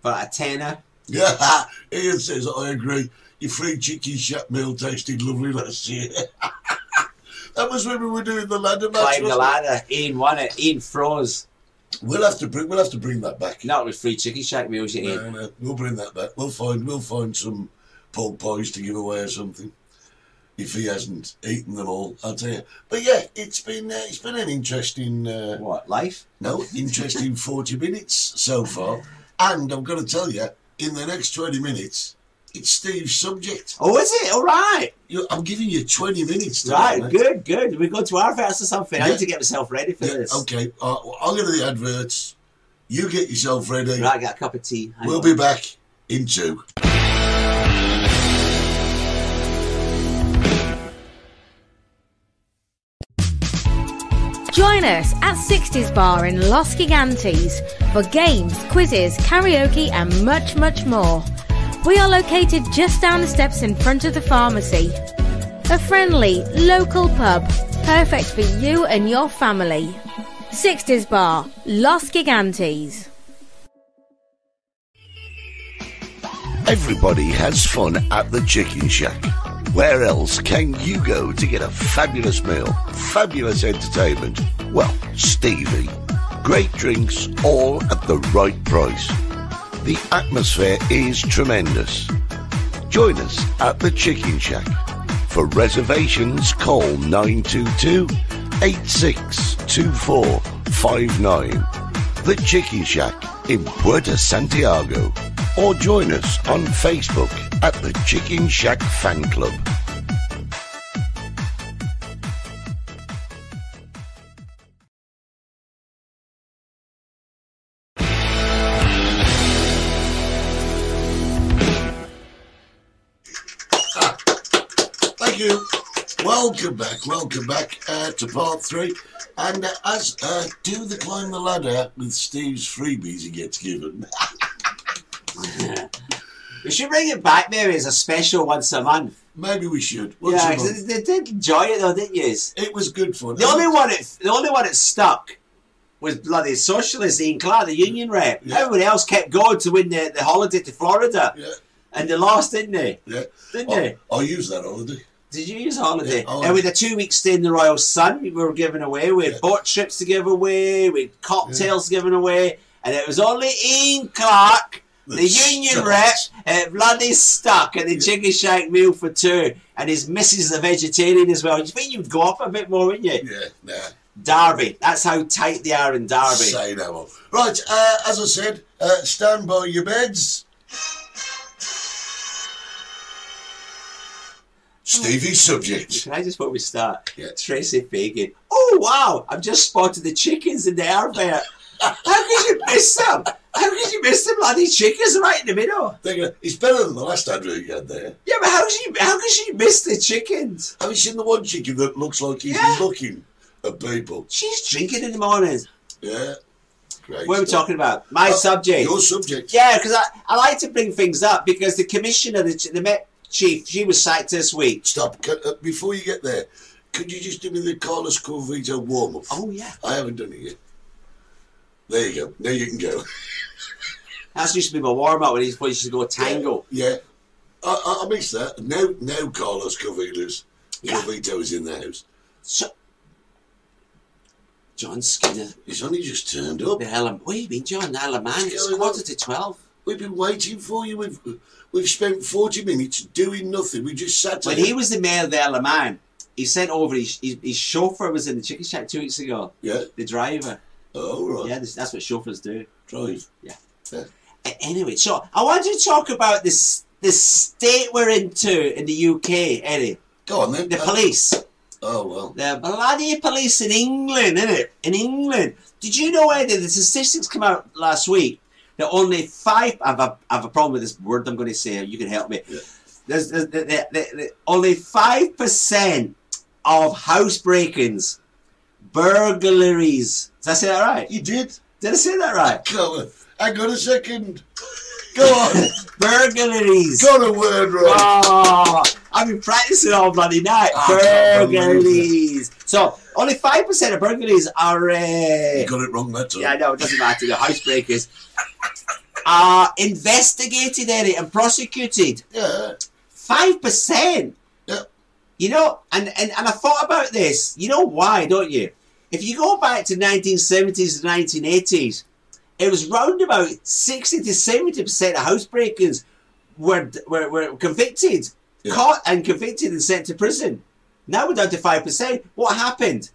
D: for a tenner.
F: Yeah, Ian says I agree. Your free chicken shop meal tasted lovely last year. that was when we were doing the ladder match.
D: Climb the
F: wasn't it?
D: ladder. Ian won it. Ian froze.
F: We'll have to bring we'll have to bring that back.
D: Not with free chicken shack meals, you Ian.
F: No, no, we'll bring that back. We'll find we'll find some pork pies to give away or something. If he hasn't eaten them all, I'll tell you. But yeah, it's been uh, it's been an interesting uh,
D: What life?
F: No, interesting 40 minutes so far. And I've got to tell you, in the next 20 minutes, it's Steve's subject.
D: Oh, is it? All right.
F: You, I'm giving you 20 minutes. to
D: Right.
F: do it.
D: Good, good. We go to our fest or something. I
F: Yeah.
D: need to get myself ready for
F: Yeah,
D: this.
F: okay, uh, well, I'll go to the adverts. You get yourself ready.
D: Right, get a cup of tea. Hang
F: We'll
D: on.
F: be back in two.
G: Join us at 60s Bar in Los Gigantes for games, quizzes, karaoke, and much, much more. We are located just down the steps in front of the pharmacy. A friendly, local pub, perfect for you and your family. 60s Bar, Los Gigantes.
E: Everybody has fun at the Chicken Shack. Where else can you go to get a fabulous meal, fabulous entertainment? Well, Stevie. Great drinks, all at the right price. The atmosphere is tremendous. Join us at the Chicken Shack. For reservations, call 922 862459. The Chicken Shack in Puerto Santiago. Or join us on Facebook at the Chicken Shack Fan Club.
F: Thank you. Welcome back. Welcome back uh, to part three. And uh, as uh, do the climb the ladder with Steve's freebies he gets given.
D: We should bring it back maybe as a special once a month.
F: Maybe we should. Once
D: Yeah,
F: a
D: 'cause
F: month.
D: they, they did enjoy it though, didn't you?
F: It was good fun.
D: The only one it, the only one that stuck was bloody socialist Ian Clark, the union rep.
F: Yeah.
D: Everyone else kept going to win the, the holiday to Florida,
F: Yeah,
D: and they lost, didn't they?
F: yeah.
D: Didn't
F: I,
D: they?
F: I used that holiday.
D: Did you use a holiday?
F: Yeah, oh,
D: and with a two week stay in the Royal Sun, we were giving away. We had
F: Yeah.
D: boat trips to give away. We had cocktails given away, and it was only Ian Clark, the,
F: That
D: union
F: stuck.
D: rep, uh, bloody stuck at the
F: Yeah.
D: chicken shack meal for two, and his missus is a vegetarian as well. Do you think you'd go up a bit more, wouldn't you?
F: Yeah, nah.
D: Derby. That's how tight they are in Derby.
F: Say no more. Right, uh, as I said, uh, stand by your beds. Stevie's subject.
D: Can I just before we start?
F: Yeah.
D: Tracy Fagan. Oh wow! I've just spotted the chickens in the airfare. how could you miss them? How could you miss the bloody chickens right in the middle?
F: Thinking, it's better than the last advert you had there.
D: Yeah, but how could you? How could you miss the chickens?
F: Have you seen the one chicken that looks like he's
D: Yeah.
F: looking at people?
D: She's drinking in the mornings.
F: Yeah. Great.
D: What are we
F: stuff.
D: talking about? My
F: Uh,
D: subject.
F: Your subject.
D: Yeah, because I, I like to bring things up because the commissioner, the, ch- the Met Chief, she was sacked this week.
F: Stop. Can, uh, before you get there, could you just do me the Carlos Corvito warm up?
D: Oh yeah,
F: I haven't done it yet. There you go. Now you can go.
D: that's used to be my warm up when he used to go tango.
F: Yeah. I, I, I missed that. No, no Carlos Corvitos. Corvito's in the house.
D: So, John Skinner.
F: He's only just turned up.
D: The Helen, where you been, John? Helen, man,
F: What's
D: it's
F: going
D: quarter
F: on?
D: to twelve.
F: We've been waiting for you. We've we've spent forty minutes doing nothing. We just sat.
D: When
F: here.
D: he was the mayor of the Helen, man, he sent over his, his his chauffeur was in the chicken shack two weeks ago.
F: Yeah.
D: The driver,
F: Oh right.
D: yeah, this, that's what chauffeurs do.
F: Drive.
D: Yeah.
F: Yeah.
D: A- Anyway, so I want you to talk about this this state we're into in the UK, Eddie.
F: Go on then.
D: The
F: Uh,
D: police,
F: Oh well.
D: the bloody police in England, innit? In England, did you know, Eddie? The statistics come out last week that only five. I've a, I've a problem with this word. I'm going to say. You can help me. there's, there's, there, there, there, there- only 5% of house break-ins, burglaries. Did I say that right?
F: You did.
D: Did I say that right?
F: Go on. I got a second. Go on.
D: Burglaries.
F: got a word right.
D: Oh, I've been practicing all bloody night.
F: I can't believe
D: burglaries. So only 5% of burglaries are... Uh,
F: You got it wrong that time.
D: yeah, I know, it doesn't matter. The housebreakers are investigated, Eddie, and prosecuted.
F: Yeah.
D: 5%.
F: Yeah.
D: You know, and, and, and I thought about this. You know why, don't you? If you go back to 1970s and 1980s, it was round about 60 to 70% of housebreakers were, were, were convicted,
F: Yeah.
D: caught and convicted and sent to prison. Now we're down to 5%. What happened?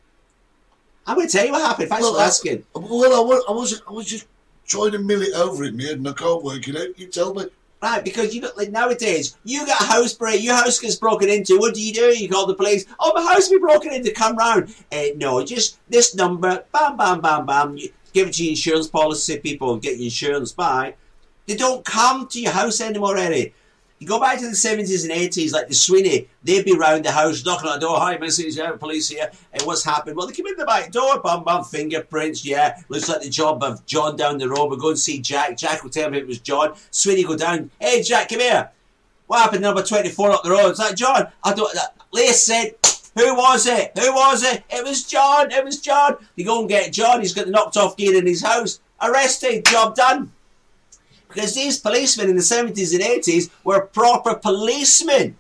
D: I'm going to tell you what happened. Thanks for
F: I-
D: asking.
F: well, I, wa- I was I was just trying to mill it over in me and I can't work it out. You tell me.
D: Right, because you got like nowadays, you got a house break, your house gets broken into. What do you do? You call the police. Oh, my house be broken into. Come round. Uh, no, just this number. Bam, bam, bam, bam. You give it to your insurance policy people and get your insurance back. They don't come to your house anymore, Eddie. You go back to the seventies and eighties, like the Sweeney. They'd be round the house, knocking on the door. Hi, message. Yeah, police here. And what's happened? Well, they come in the back door. Bam, bam. Fingerprints. Yeah, looks like the job of John down the road. We go and see Jack. Jack will tell me it was John. Sweeney go down. Hey, Jack, come here. What happened to number twenty four up the road? Is that John? I don't. That, Lace said. Who was it? Who was it? It was John. It was John. You go and get John. He's got the knocked off gear in his house. Arrested. Job done because these policemen in the 70s and 80s were proper policemen,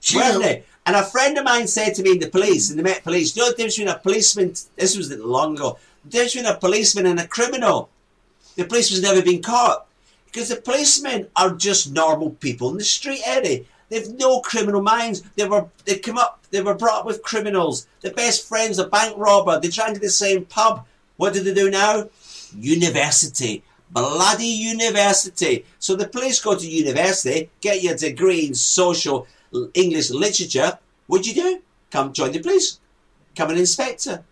F: Chill.
D: weren't they? And a friend of mine said to me in the police, in the Met Police, you know the difference between a policeman, this was long ago, the difference between a policeman and a criminal. The police was never been caught. Because the policemen are just normal people in the street, Eddie. They've no criminal minds. They were they come up they were brought up with criminals. Their best friend's a bank robber. They drank at the same pub. What do they do now? University. Bloody university. So the police go to university, get your degree in social l- English literature. What'd you do? Come join the police. Come an inspector.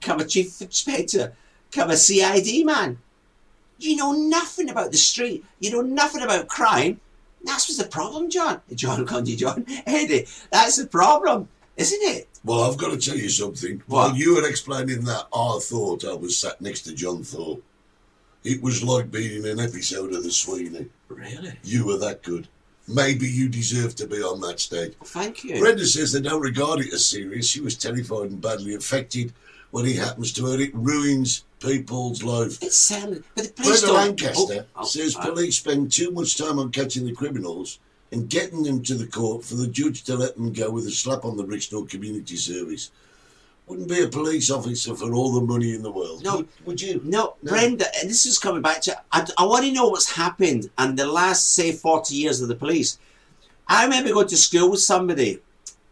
D: Come a chief inspector. Come a CID man. You know nothing about the street. You know nothing about crime. That's what's the problem, John. John Condy, John. Eddie, that's the problem, isn't it?
F: Well, I've got to tell you something.
D: What?
F: While you were explaining that, I thought I was sat next to John Thorpe. It was like being in an episode of The Sweeney.
D: Really?
F: You were that good. Maybe you deserve to be on that stage.
D: Thank you.
F: Brenda says they don't regard it as serious. She was terrified and badly affected when it happens to her. It ruins people's life.
D: It's sounded, but the police
F: Brenda
D: don't.
F: Lancaster
D: Oh, oh,
F: says
D: oh.
F: police spend too much time on catching the criminals and getting them to the court for the judge to let them go with a slap on the Bristol Community Service. Wouldn't be a police officer for all the money in the world.
D: No.
F: would, would you?
D: No, Brenda, and this is coming back to. I, I want to know what's happened in the last, say, 40 years of the police. I remember going to school with somebody,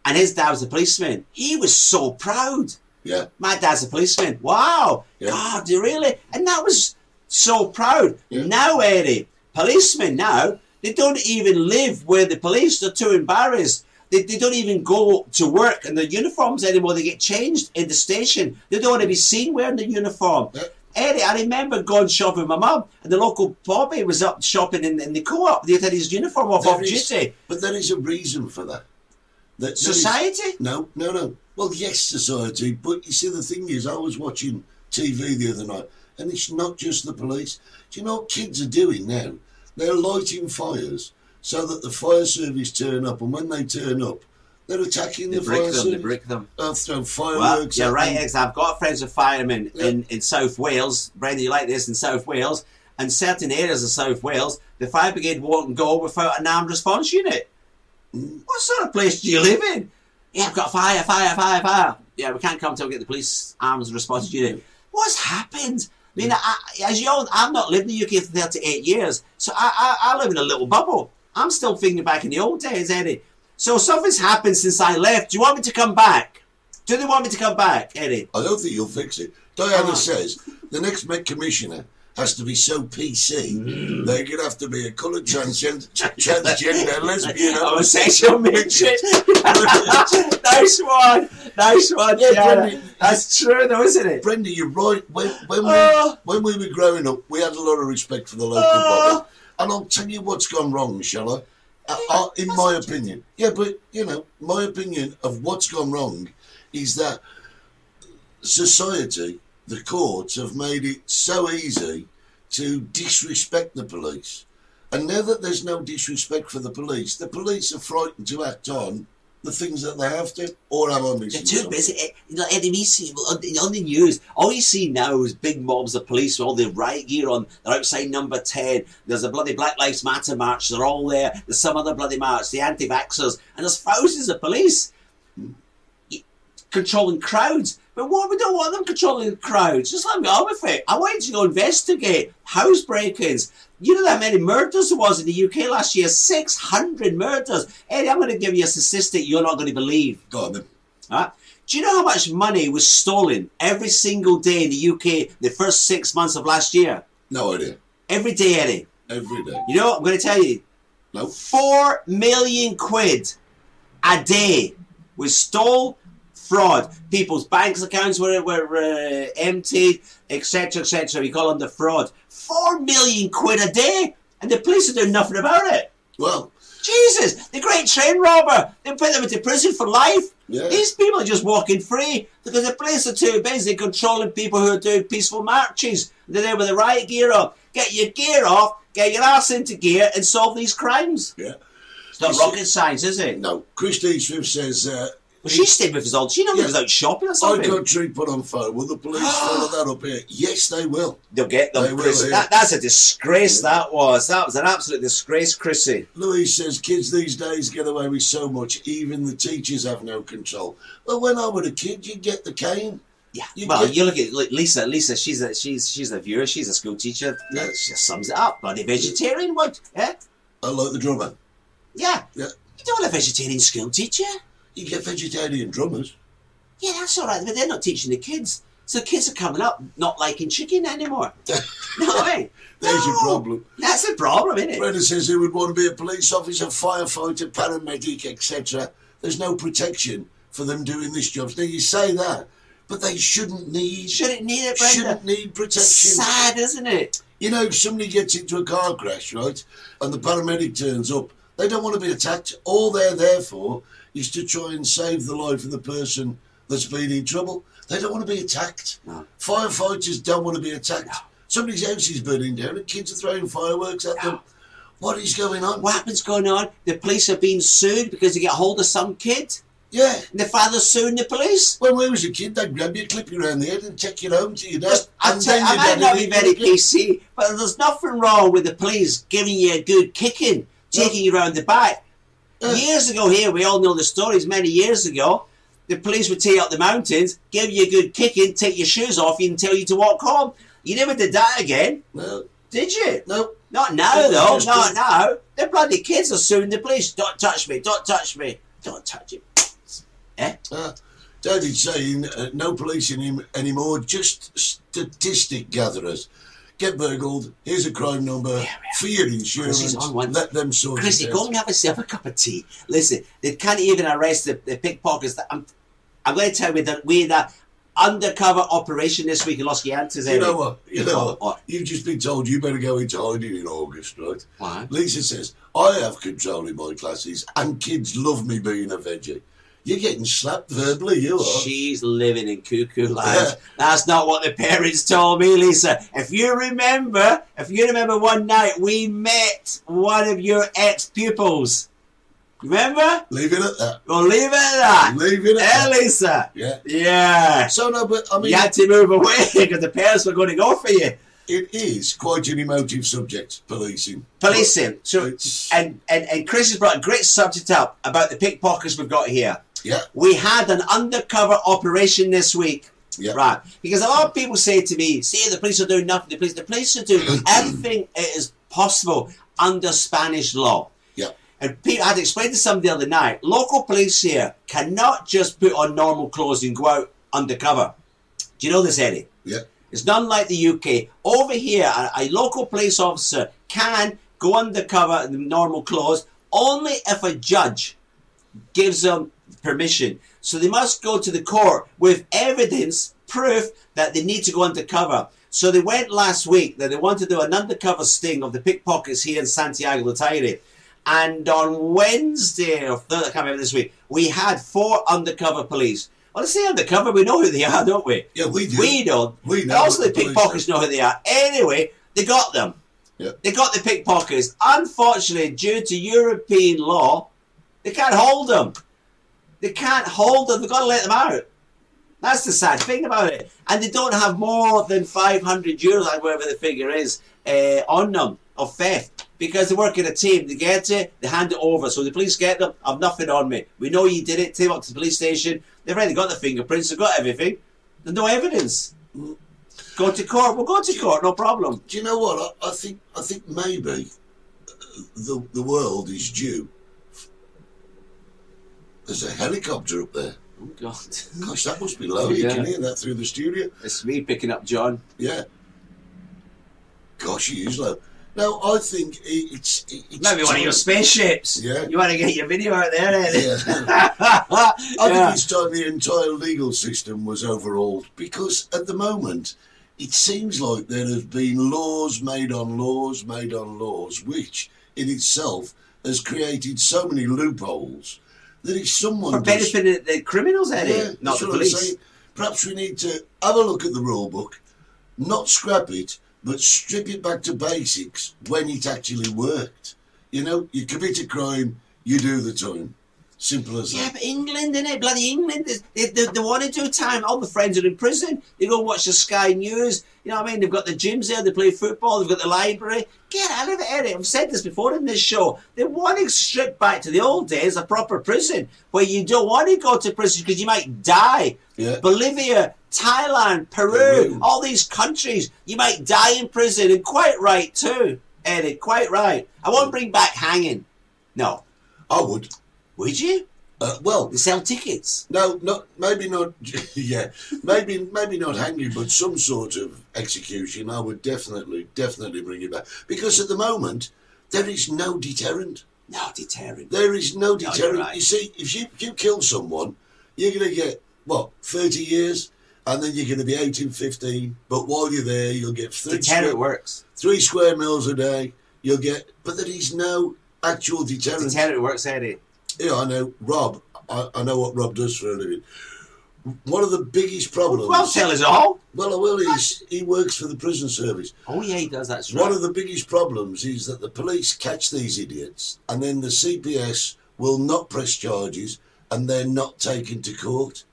D: and his dad was a policeman. He was so proud.
F: Yeah.
D: My dad's a policeman. Wow.
F: Yeah.
D: God, you really? And that was so proud.
F: Yeah.
D: Now, Eddie, policemen now, they don't even live where the police. They're too embarrassed. They, they don't even go to work in their uniforms anymore. They get changed in the station. They don't want to be seen wearing the uniform.
F: Yeah.
D: Eddie, I remember going shopping with my mum, and the local Bobby was up shopping in, in the co op. They had his uniform off off
F: There is-
D: duty.
F: But there is a reason for that. that there is-
D: Society?
F: no, no, no. Well, yes, society. But you see, the thing is, I was watching TV the other night, and it's not just the police. Do you know what kids are doing now? They're lighting fires so that the fire service turn up, and when they turn up, they're attacking
D: They
F: the
D: brick
F: fire
D: them, they
F: service.
D: brick them.
F: They'll throw
D: Well,
F: fireworks.
D: you're
F: at
D: right,
F: them.
D: Ex. I've got friends of firemen
F: Yeah.
D: in, in South Wales. Brendan, you like this in South Wales. And certain areas of South Wales, the fire brigade won't go without an armed response unit. What sort of place do you live in? Yeah, I've got fire, fire, fire, fire. Yeah, we can't come till we get the police arms response unit. What's happened? I mean, I, as you all, I've not lived in the UK for 38 years, so I, I, I live in a little bubble. I'm still thinking back in the old days, Eddie. So something's happened since I left. Do you want me to come back? Do they want me to come back, Eddie?
F: I don't think you'll fix it. Diana
D: Oh.
F: says the next Met Commissioner has to be so PC they're going to have to be a coloured transgender, transgender lesbian
D: Homosexual midget. nice one. Nice one,
F: Yeah,
D: Diana.
F: Brendan.
D: That's true, though, isn't it?
F: Brenda, you're right. When, when, we,
D: Oh.
F: when we were growing up, we had a lot of respect for the local
D: Oh.
F: body. And I'll tell you what's gone wrong, shall I? I, I in my opinion. Yeah, but, you know, my opinion of what's gone wrong is that society, the courts, have made it so easy to disrespect the police. And now that there's no disrespect for the police, the police are frightened to act on the things that they have to, or am I missing
D: They're too
F: something?
D: busy. Eh, You know, Eddie, we see on, on the news, all you see now is big mobs of police with all their riot gear on. They're outside number 10. There's a bloody Black Lives Matter march. They're all there. There's some other bloody march, the anti vaxxers. And there's thousands of police y- controlling crowds. But what we don't want them controlling the crowds. Just let me on with it. I wanted to go investigate house break ins. You know how many murders there was in the UK last year? 600 murders. Eddie, I'm going to give you a statistic you're not going to believe.
F: Go on then.
D: Right? Do you know how much money was stolen every single day in the UK the first six months of last year?
F: No idea.
D: Every day, Eddie.
F: Every day.
D: You know what? I'm going to tell you.
F: No.
D: Four million quid a day was stole fraud. People's banks accounts were, were uh, emptied, etc., etc. We call them the fraud. Four million quid a day, and the police are doing nothing about it.
F: Well,
D: Jesus, the great train robber. They put them into prison for life.
F: Yeah.
D: These people are just walking free because the police are too busy controlling people who are doing peaceful marches. They're there with the right gear up. Get your gear off, get your ass into gear, and solve these crimes.
F: yeah.
D: It's not
F: You see-
D: rocket science, is it?
F: No. Christine Swift says, uh,
D: Well, she stayed with us all. She never
F: Yeah. Oh,
D: was out shopping or
F: I
D: something.
F: got tree put on fire. Will the police follow that up here? Yes, they will.
D: They'll get
F: They
D: them,
F: will,
D: Chris.
F: yeah.
D: That, that's a disgrace, that was. That was an absolute disgrace, Chrissy.
F: Louise says kids these days get away with so much, even the teachers have no control. Well, when I was a kid, you'd get the cane.
D: Yeah.
F: You
D: well,
F: get-
D: you look at look, Lisa. Lisa, she's a she's she's a viewer. She's a school teacher.
F: Yeah.
D: She just sums it up. Bloody vegetarian, what? Yeah,
F: I like the drummer.
D: yeah.
F: Yeah.
D: You don't want a vegetarian school teacher.
F: You get vegetarian drummers.
D: Yeah, that's all right, but they're not teaching the kids. So kids are coming up not liking chicken anymore. no way.
F: There's your
D: No.
F: problem.
D: That's the problem, isn't it?
F: Brenda says who would want to be a police officer, firefighter, paramedic, etc. There's no protection for them doing this job. Now you say that, but they shouldn't need
D: Shouldn't need it, Brenda.
F: shouldn't need protection.
D: Sad, isn't it?
F: You know, if somebody gets into a car crash, right, and the paramedic turns up, they don't want to be attacked. All they're there for is to try and save the life of the person that's been in trouble. They don't want to be attacked.
D: No.
F: Firefighters don't want to be attacked. Somebody's house is burning down and kids are throwing fireworks at them. What is going on?
D: What happens going on? The police are being sued because they get hold of some kid,
F: Yeah.
D: and the father's suing the police.
F: When we was a kid, they'd grab you, clip you around the head, and take you home to your dad.
D: I,
F: And
D: tell,
F: then
D: I
F: your
D: might
F: dad'd
D: not
F: eat
D: be
F: you
D: very
F: again.
D: PC, but there's nothing wrong with the police giving you a good kicking, taking you round the back. Years ago, here we all know the stories. Many years ago, the police would take you up the mountains, give you a good kicking, take your shoes off you, and tell you to walk home. You never did that again,
F: No,
D: did you?
F: no.
D: Not now,
F: It was
D: though.
F: just
D: Not
F: a-
D: now. The bloody kids are suing the police. Don't touch me. Don't touch me. Don't touch him. Eh?
F: Uh, David's saying uh, no police in him anymore, just statistic gatherers. Get burgled, here's a crime number for your
D: Chrissy's
F: insurance,
D: on one.
F: let them sort
D: Chrissy,
F: it
D: go
F: out.
D: and have yourself a cup of tea. Listen, they can't even arrest the, the pickpockets. That I'm, I'm going to tell you that we that undercover operation this week in Los Giantes.
F: You know what? You know
D: What,
F: what?
D: what?
F: You've just been told you better go into hiding in August, right?
D: Why?
F: Lisa says, I have control in my classes and kids love me being a veggie. You're getting slapped verbally, you are.
D: oh, She's living in cuckoo land.
F: Yeah.
D: That's not what the parents told me, Lisa. If you remember, if you remember one night we met one of your ex pupils. Remember?
F: Leave it at that.
D: Well, leave it at that.
F: Leave it at
D: Eh,
F: that.
D: Lisa?
F: Yeah.
D: Yeah.
F: So, no, but I mean,
D: You had to move away because the parents were going to go for you.
F: it is quite an emotive subject, policing.
D: Policing. So,
F: It's-
D: and, and, and Chris has brought a great subject up about the pickpockets we've got here.
F: Yeah.
D: We had an undercover operation this week.
F: Yeah.
D: Right. Because a lot of people say to me, see, the police are doing nothing. The police, the police are doing everything it is possible under Spanish law.
F: Yeah.
D: And Pete, I'd explained to somebody the other night, local police here cannot just put on normal clothes and go out undercover. Do you know this, Eddie?
F: Yeah.
D: It's not like the UK. Over here, a, a local police officer can go undercover in the normal clothes only if a judge gives them permission. So they must go to the court with evidence, proof that they need to go undercover. So they went last week that they wanted to do an undercover sting of the pickpockets here in Santiago de Tire. And on Wednesday, or Thursday, I can't remember this week, we had four undercover police. Well, let's say undercover, we know who they are, don't we?
F: Yeah, we do.
D: We don't.
F: We
D: And
F: know
D: Also, the
F: what the police
D: pickpockets know who they are. Anyway, they got them.
F: Yeah.
D: They got the pickpockets. Unfortunately, due to European law, they can't hold them. They can't hold them. They've got to let them out. That's the sad thing about it. And they don't have more than 500 euros, like whatever the figure is, uh, on them of theft. Because they work in a team. They get it, they hand it over. So the police get them, I've nothing on me. We know you did it. Take them up to the police station. They've already got the fingerprints, they've got everything. There's no evidence. Go to court. We'll go to court, no problem.
F: Do you know what? I, I think I think maybe uh, the the world is due. There's a helicopter up there.
D: Oh, God.
F: Gosh, that must be low. You
D: Yeah.
F: can hear that through the studio.
D: It's me picking up John.
F: Yeah. Gosh, he is low. No, I think it, it's it, it's
D: Maybe one of your spaceships.
F: Yeah.
D: You want to get your video out there, eh? then?
F: Yeah. I
D: Yeah.
F: think it's time the entire legal system was overhauled because at the moment it seems like there have been laws made on laws made on laws, which in itself has created so many loopholes that if someone
D: For
F: does-
D: benefiting the criminals, Eddie,
F: Yeah,
D: not
F: that's
D: the
F: what I'm
D: police.
F: saying. Perhaps we need to have a look at the rule book, not scrap it, but strip it back to basics when it actually worked. You know, you commit a crime, you do the time. Simple as
D: Yeah,
F: that.
D: but England, innit? Bloody England. is- They, they, they want to do time. All the friends are in prison. They go watch the Sky News. You know what I mean? They've got the gyms there. They play football. They've got the library. Get out of it, Eddie. I've said this before in this show. They want to strip back to the old days, a proper prison, where you don't want to go to prison because you might die.
F: Yeah.
D: Bolivia, Thailand, Peru,
F: Peru.
D: all these countries, you might die in prison. And quite right, too, Eddie. Quite right. I won't
F: Mm.
D: bring back hanging. No.
F: I would.
D: Would you?
F: Uh, well,
D: They sell tickets.
F: no, not maybe not. yeah, maybe maybe not hanging, but some sort of execution. I would definitely definitely bring it back because at the moment there is no deterrent.
D: No, deterrent.
F: There is no
D: you're
F: deterrent.
D: right.
F: You see, if you, you kill someone, you're going to get, what, 30 years? And then you're going to be 18, 15. But while you're there, you'll get three,
D: Deterrent
F: square,
D: works.
F: three square meals a day. You'll get, but there is no actual deterrent.
D: Deterrent works, Eddie.
F: Yeah, I know. Rob, I, I know what Rob does for a living. One of the biggest problems.
D: Well, tell us all.
F: well, I will. He's, he works for the prison service.
D: Oh, yeah, he does. That's right.
F: One of the biggest problems is that the police catch these idiots and then the CPS will not press charges and they're not taken to court.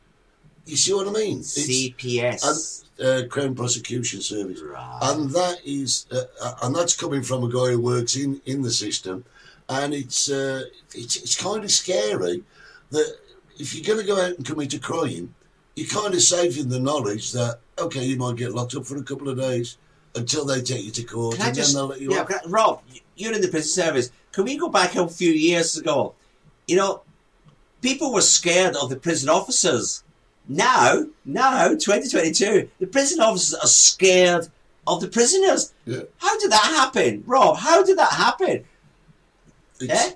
F: You see what I mean? It's-
D: CPS.
F: and, uh, Crown Prosecution Service.
D: Right.
F: And that is, uh, uh, and that's coming from a guy who works in, in the system. And it's, uh, it's, it's kind of scary that if you're going to go out and commit a crime, you're kind of safe in the knowledge that, okay, you might get locked up for a couple of days until they take you to court
D: Can I
F: and
D: just,
F: then they'll let you
D: yeah,
F: off.
D: can I- Rob, y- you're in the prison service. Can we go back a few years ago? You know, people were scared of the prison officers. Now, now, 2022, the prison officers are scared of the prisoners.
F: Yeah.
D: How did that happen, Rob? How did that happen?
F: It's,
D: Eh?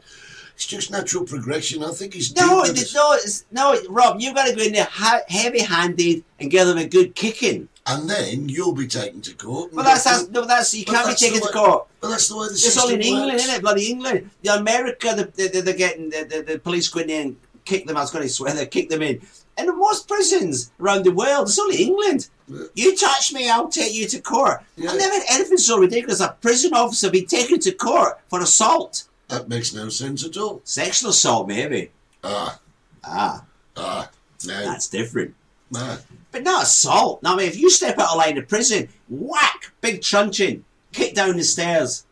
F: it's just natural progression. I think he's
D: No,
F: deep in
D: it-
F: this.
D: no, it's, no, it- Rob, you've got to go in there ha- heavy-handed and give them a good kicking.
F: and then you'll be taken to court. and
D: Well, that's, that's
F: you'll-
D: no, that's you
F: but
D: can't be
F: that's the
D: taken to
F: way-
D: court.
F: But that's the way the
D: It's
F: system
D: all in
F: works.
D: England, isn't it? Bloody England. The America, the, the, the, they're getting the, the, the police go in there and kick them. I was going to swear they kick them in. And in most prisons around the world, it's only England. You touch me, I'll take you to court.
F: Yeah.
D: I've never had anything so ridiculous. A prison officer being taken to court for assault,
F: That makes no sense at all.
D: sexual assault, maybe.
F: Ah,
D: Ah,
F: ah, no,
D: that's different.
F: nah.
D: But not assault. Now, I mean, if you step out of line of prison, whack, big truncheon, kick down the stairs.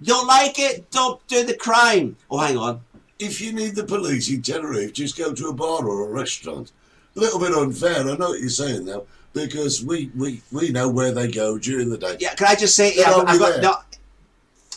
D: Don't like it, don't do the crime. Oh, hang on.
F: If you need the police in Tenerife, just go to a bar or a restaurant. A little bit unfair, I know what you're saying though, because we, we, we know where they go during the day.
D: Yeah, can I just say,
F: They're
D: yeah, I've, I've
F: already
D: got
F: there.
D: no,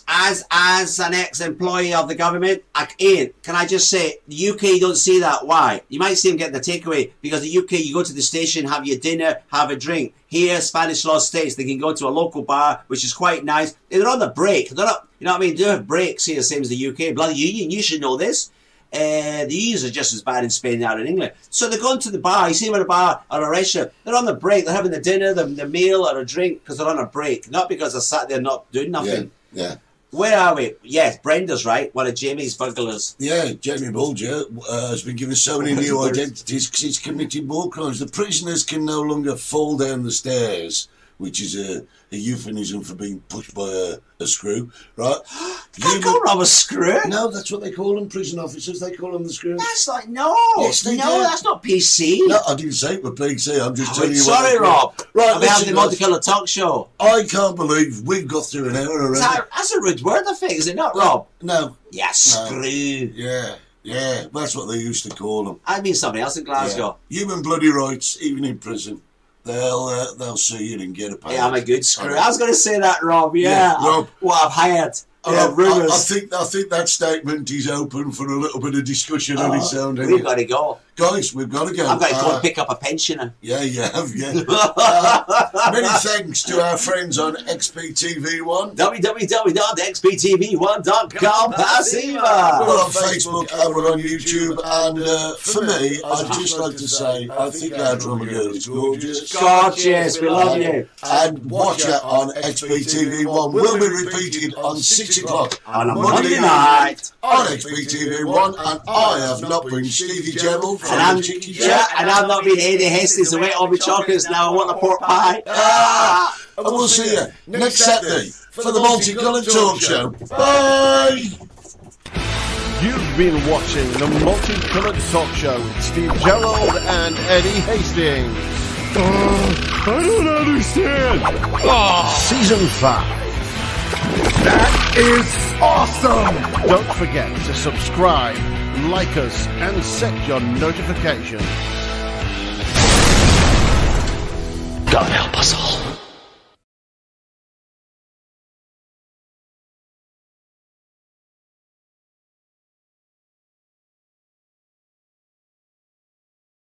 D: as as an ex-employee of the government, I, Ian, can I just say, the UK don't see that. Why? You might see them getting the takeaway because the UK, you go to the station, have your dinner, have a drink. Here, Spanish law states they can go to a local bar, which is quite nice. They're on the break. They're not, you know what I mean? They have breaks here, same as the UK. Bloody union, you should know this. Uh, the unions are just as bad in Spain now in England. So they're going to the bar. You see them at a bar or a restaurant. They're on the break. They're having the dinner, the, the meal, or a drink because they're on a break, not because they're sat there not doing
F: yeah,
D: nothing.
F: yeah.
D: Where are we? Yes, Brenda's right. One of Jamie's burglars.
F: Yeah, Jamie Bulger uh, has been given so many new identities because he's committed more crimes. The prisoners can no longer fall down the stairs, which is a, a euphemism for being pushed by a, a screw, right?
D: Can't go rob a screw.
F: no, that's what they call them, prison officers. They call them the screw.
D: That's like no,
F: Yes,
D: no,
F: they do.
D: that's not PC.
F: No, I didn't say it were PC. I'm just
D: Oh,
F: telling you. what
D: sorry,
F: they call
D: Rob.
F: it.
D: Right,
F: Right,
D: I'm having
F: listen,
D: the
F: guys,
D: Monticello talk show.
F: I can't believe we've got through an hour
D: Is
F: already.
D: that- That's a rude word, I think, is it not, Rob?
F: No.
D: Yeah, screw.
F: Yeah, yeah. That's what they used to call them.
D: I mean somebody else in Glasgow.
F: Human bloody rights, even in prison, they'll uh, they'll sue you and get a pay.
D: Yeah, I'm a good screw. I was going to say that, Rob. Yeah,
F: Yeah, Rob.
D: Well, I've hired.
F: I-
D: Yeah,
F: I-
D: rumours.
F: I, think I think that statement is open for a little bit of discussion on
D: Uh,
F: its own. isn't
D: Uh-huh. We've
F: it?
D: got to go.
F: Guys, we've got to go.
D: I've got to go
F: Uh,
D: and pick up a pensioner.
F: Yeah, you have, yeah. Uh, many thanks to our friends on XPTV1.
D: www.xptv1.com
F: We're
D: Passiva.
F: on Facebook and we're on YouTube. And uh, for me, I'd just like to say I think our drummer girl is gorgeous.
D: Gorgeous, we love you.
F: And watch her on XPTV1. Will be repeated on 6 o'clock
D: On a Monday night.
F: on XPTV1. And I have not been Stevie Gerald from
D: And I'm,
F: the Chicky
D: yeah,
F: Chat.
D: and I'm not being any hestis away all my chocolates now. I want a pork pie. Ah!
F: And we'll see you next Saturday for the Multicolour Talk Show. Bye!
E: You've been watching the Multicoloured Talk Show with Steve Gerald and Eddie Hastings. Uh, I don't understand. Ah, Season 5.
C: Is awesome.
E: Don't forget to subscribe, like us, and set your notifications.
H: God help.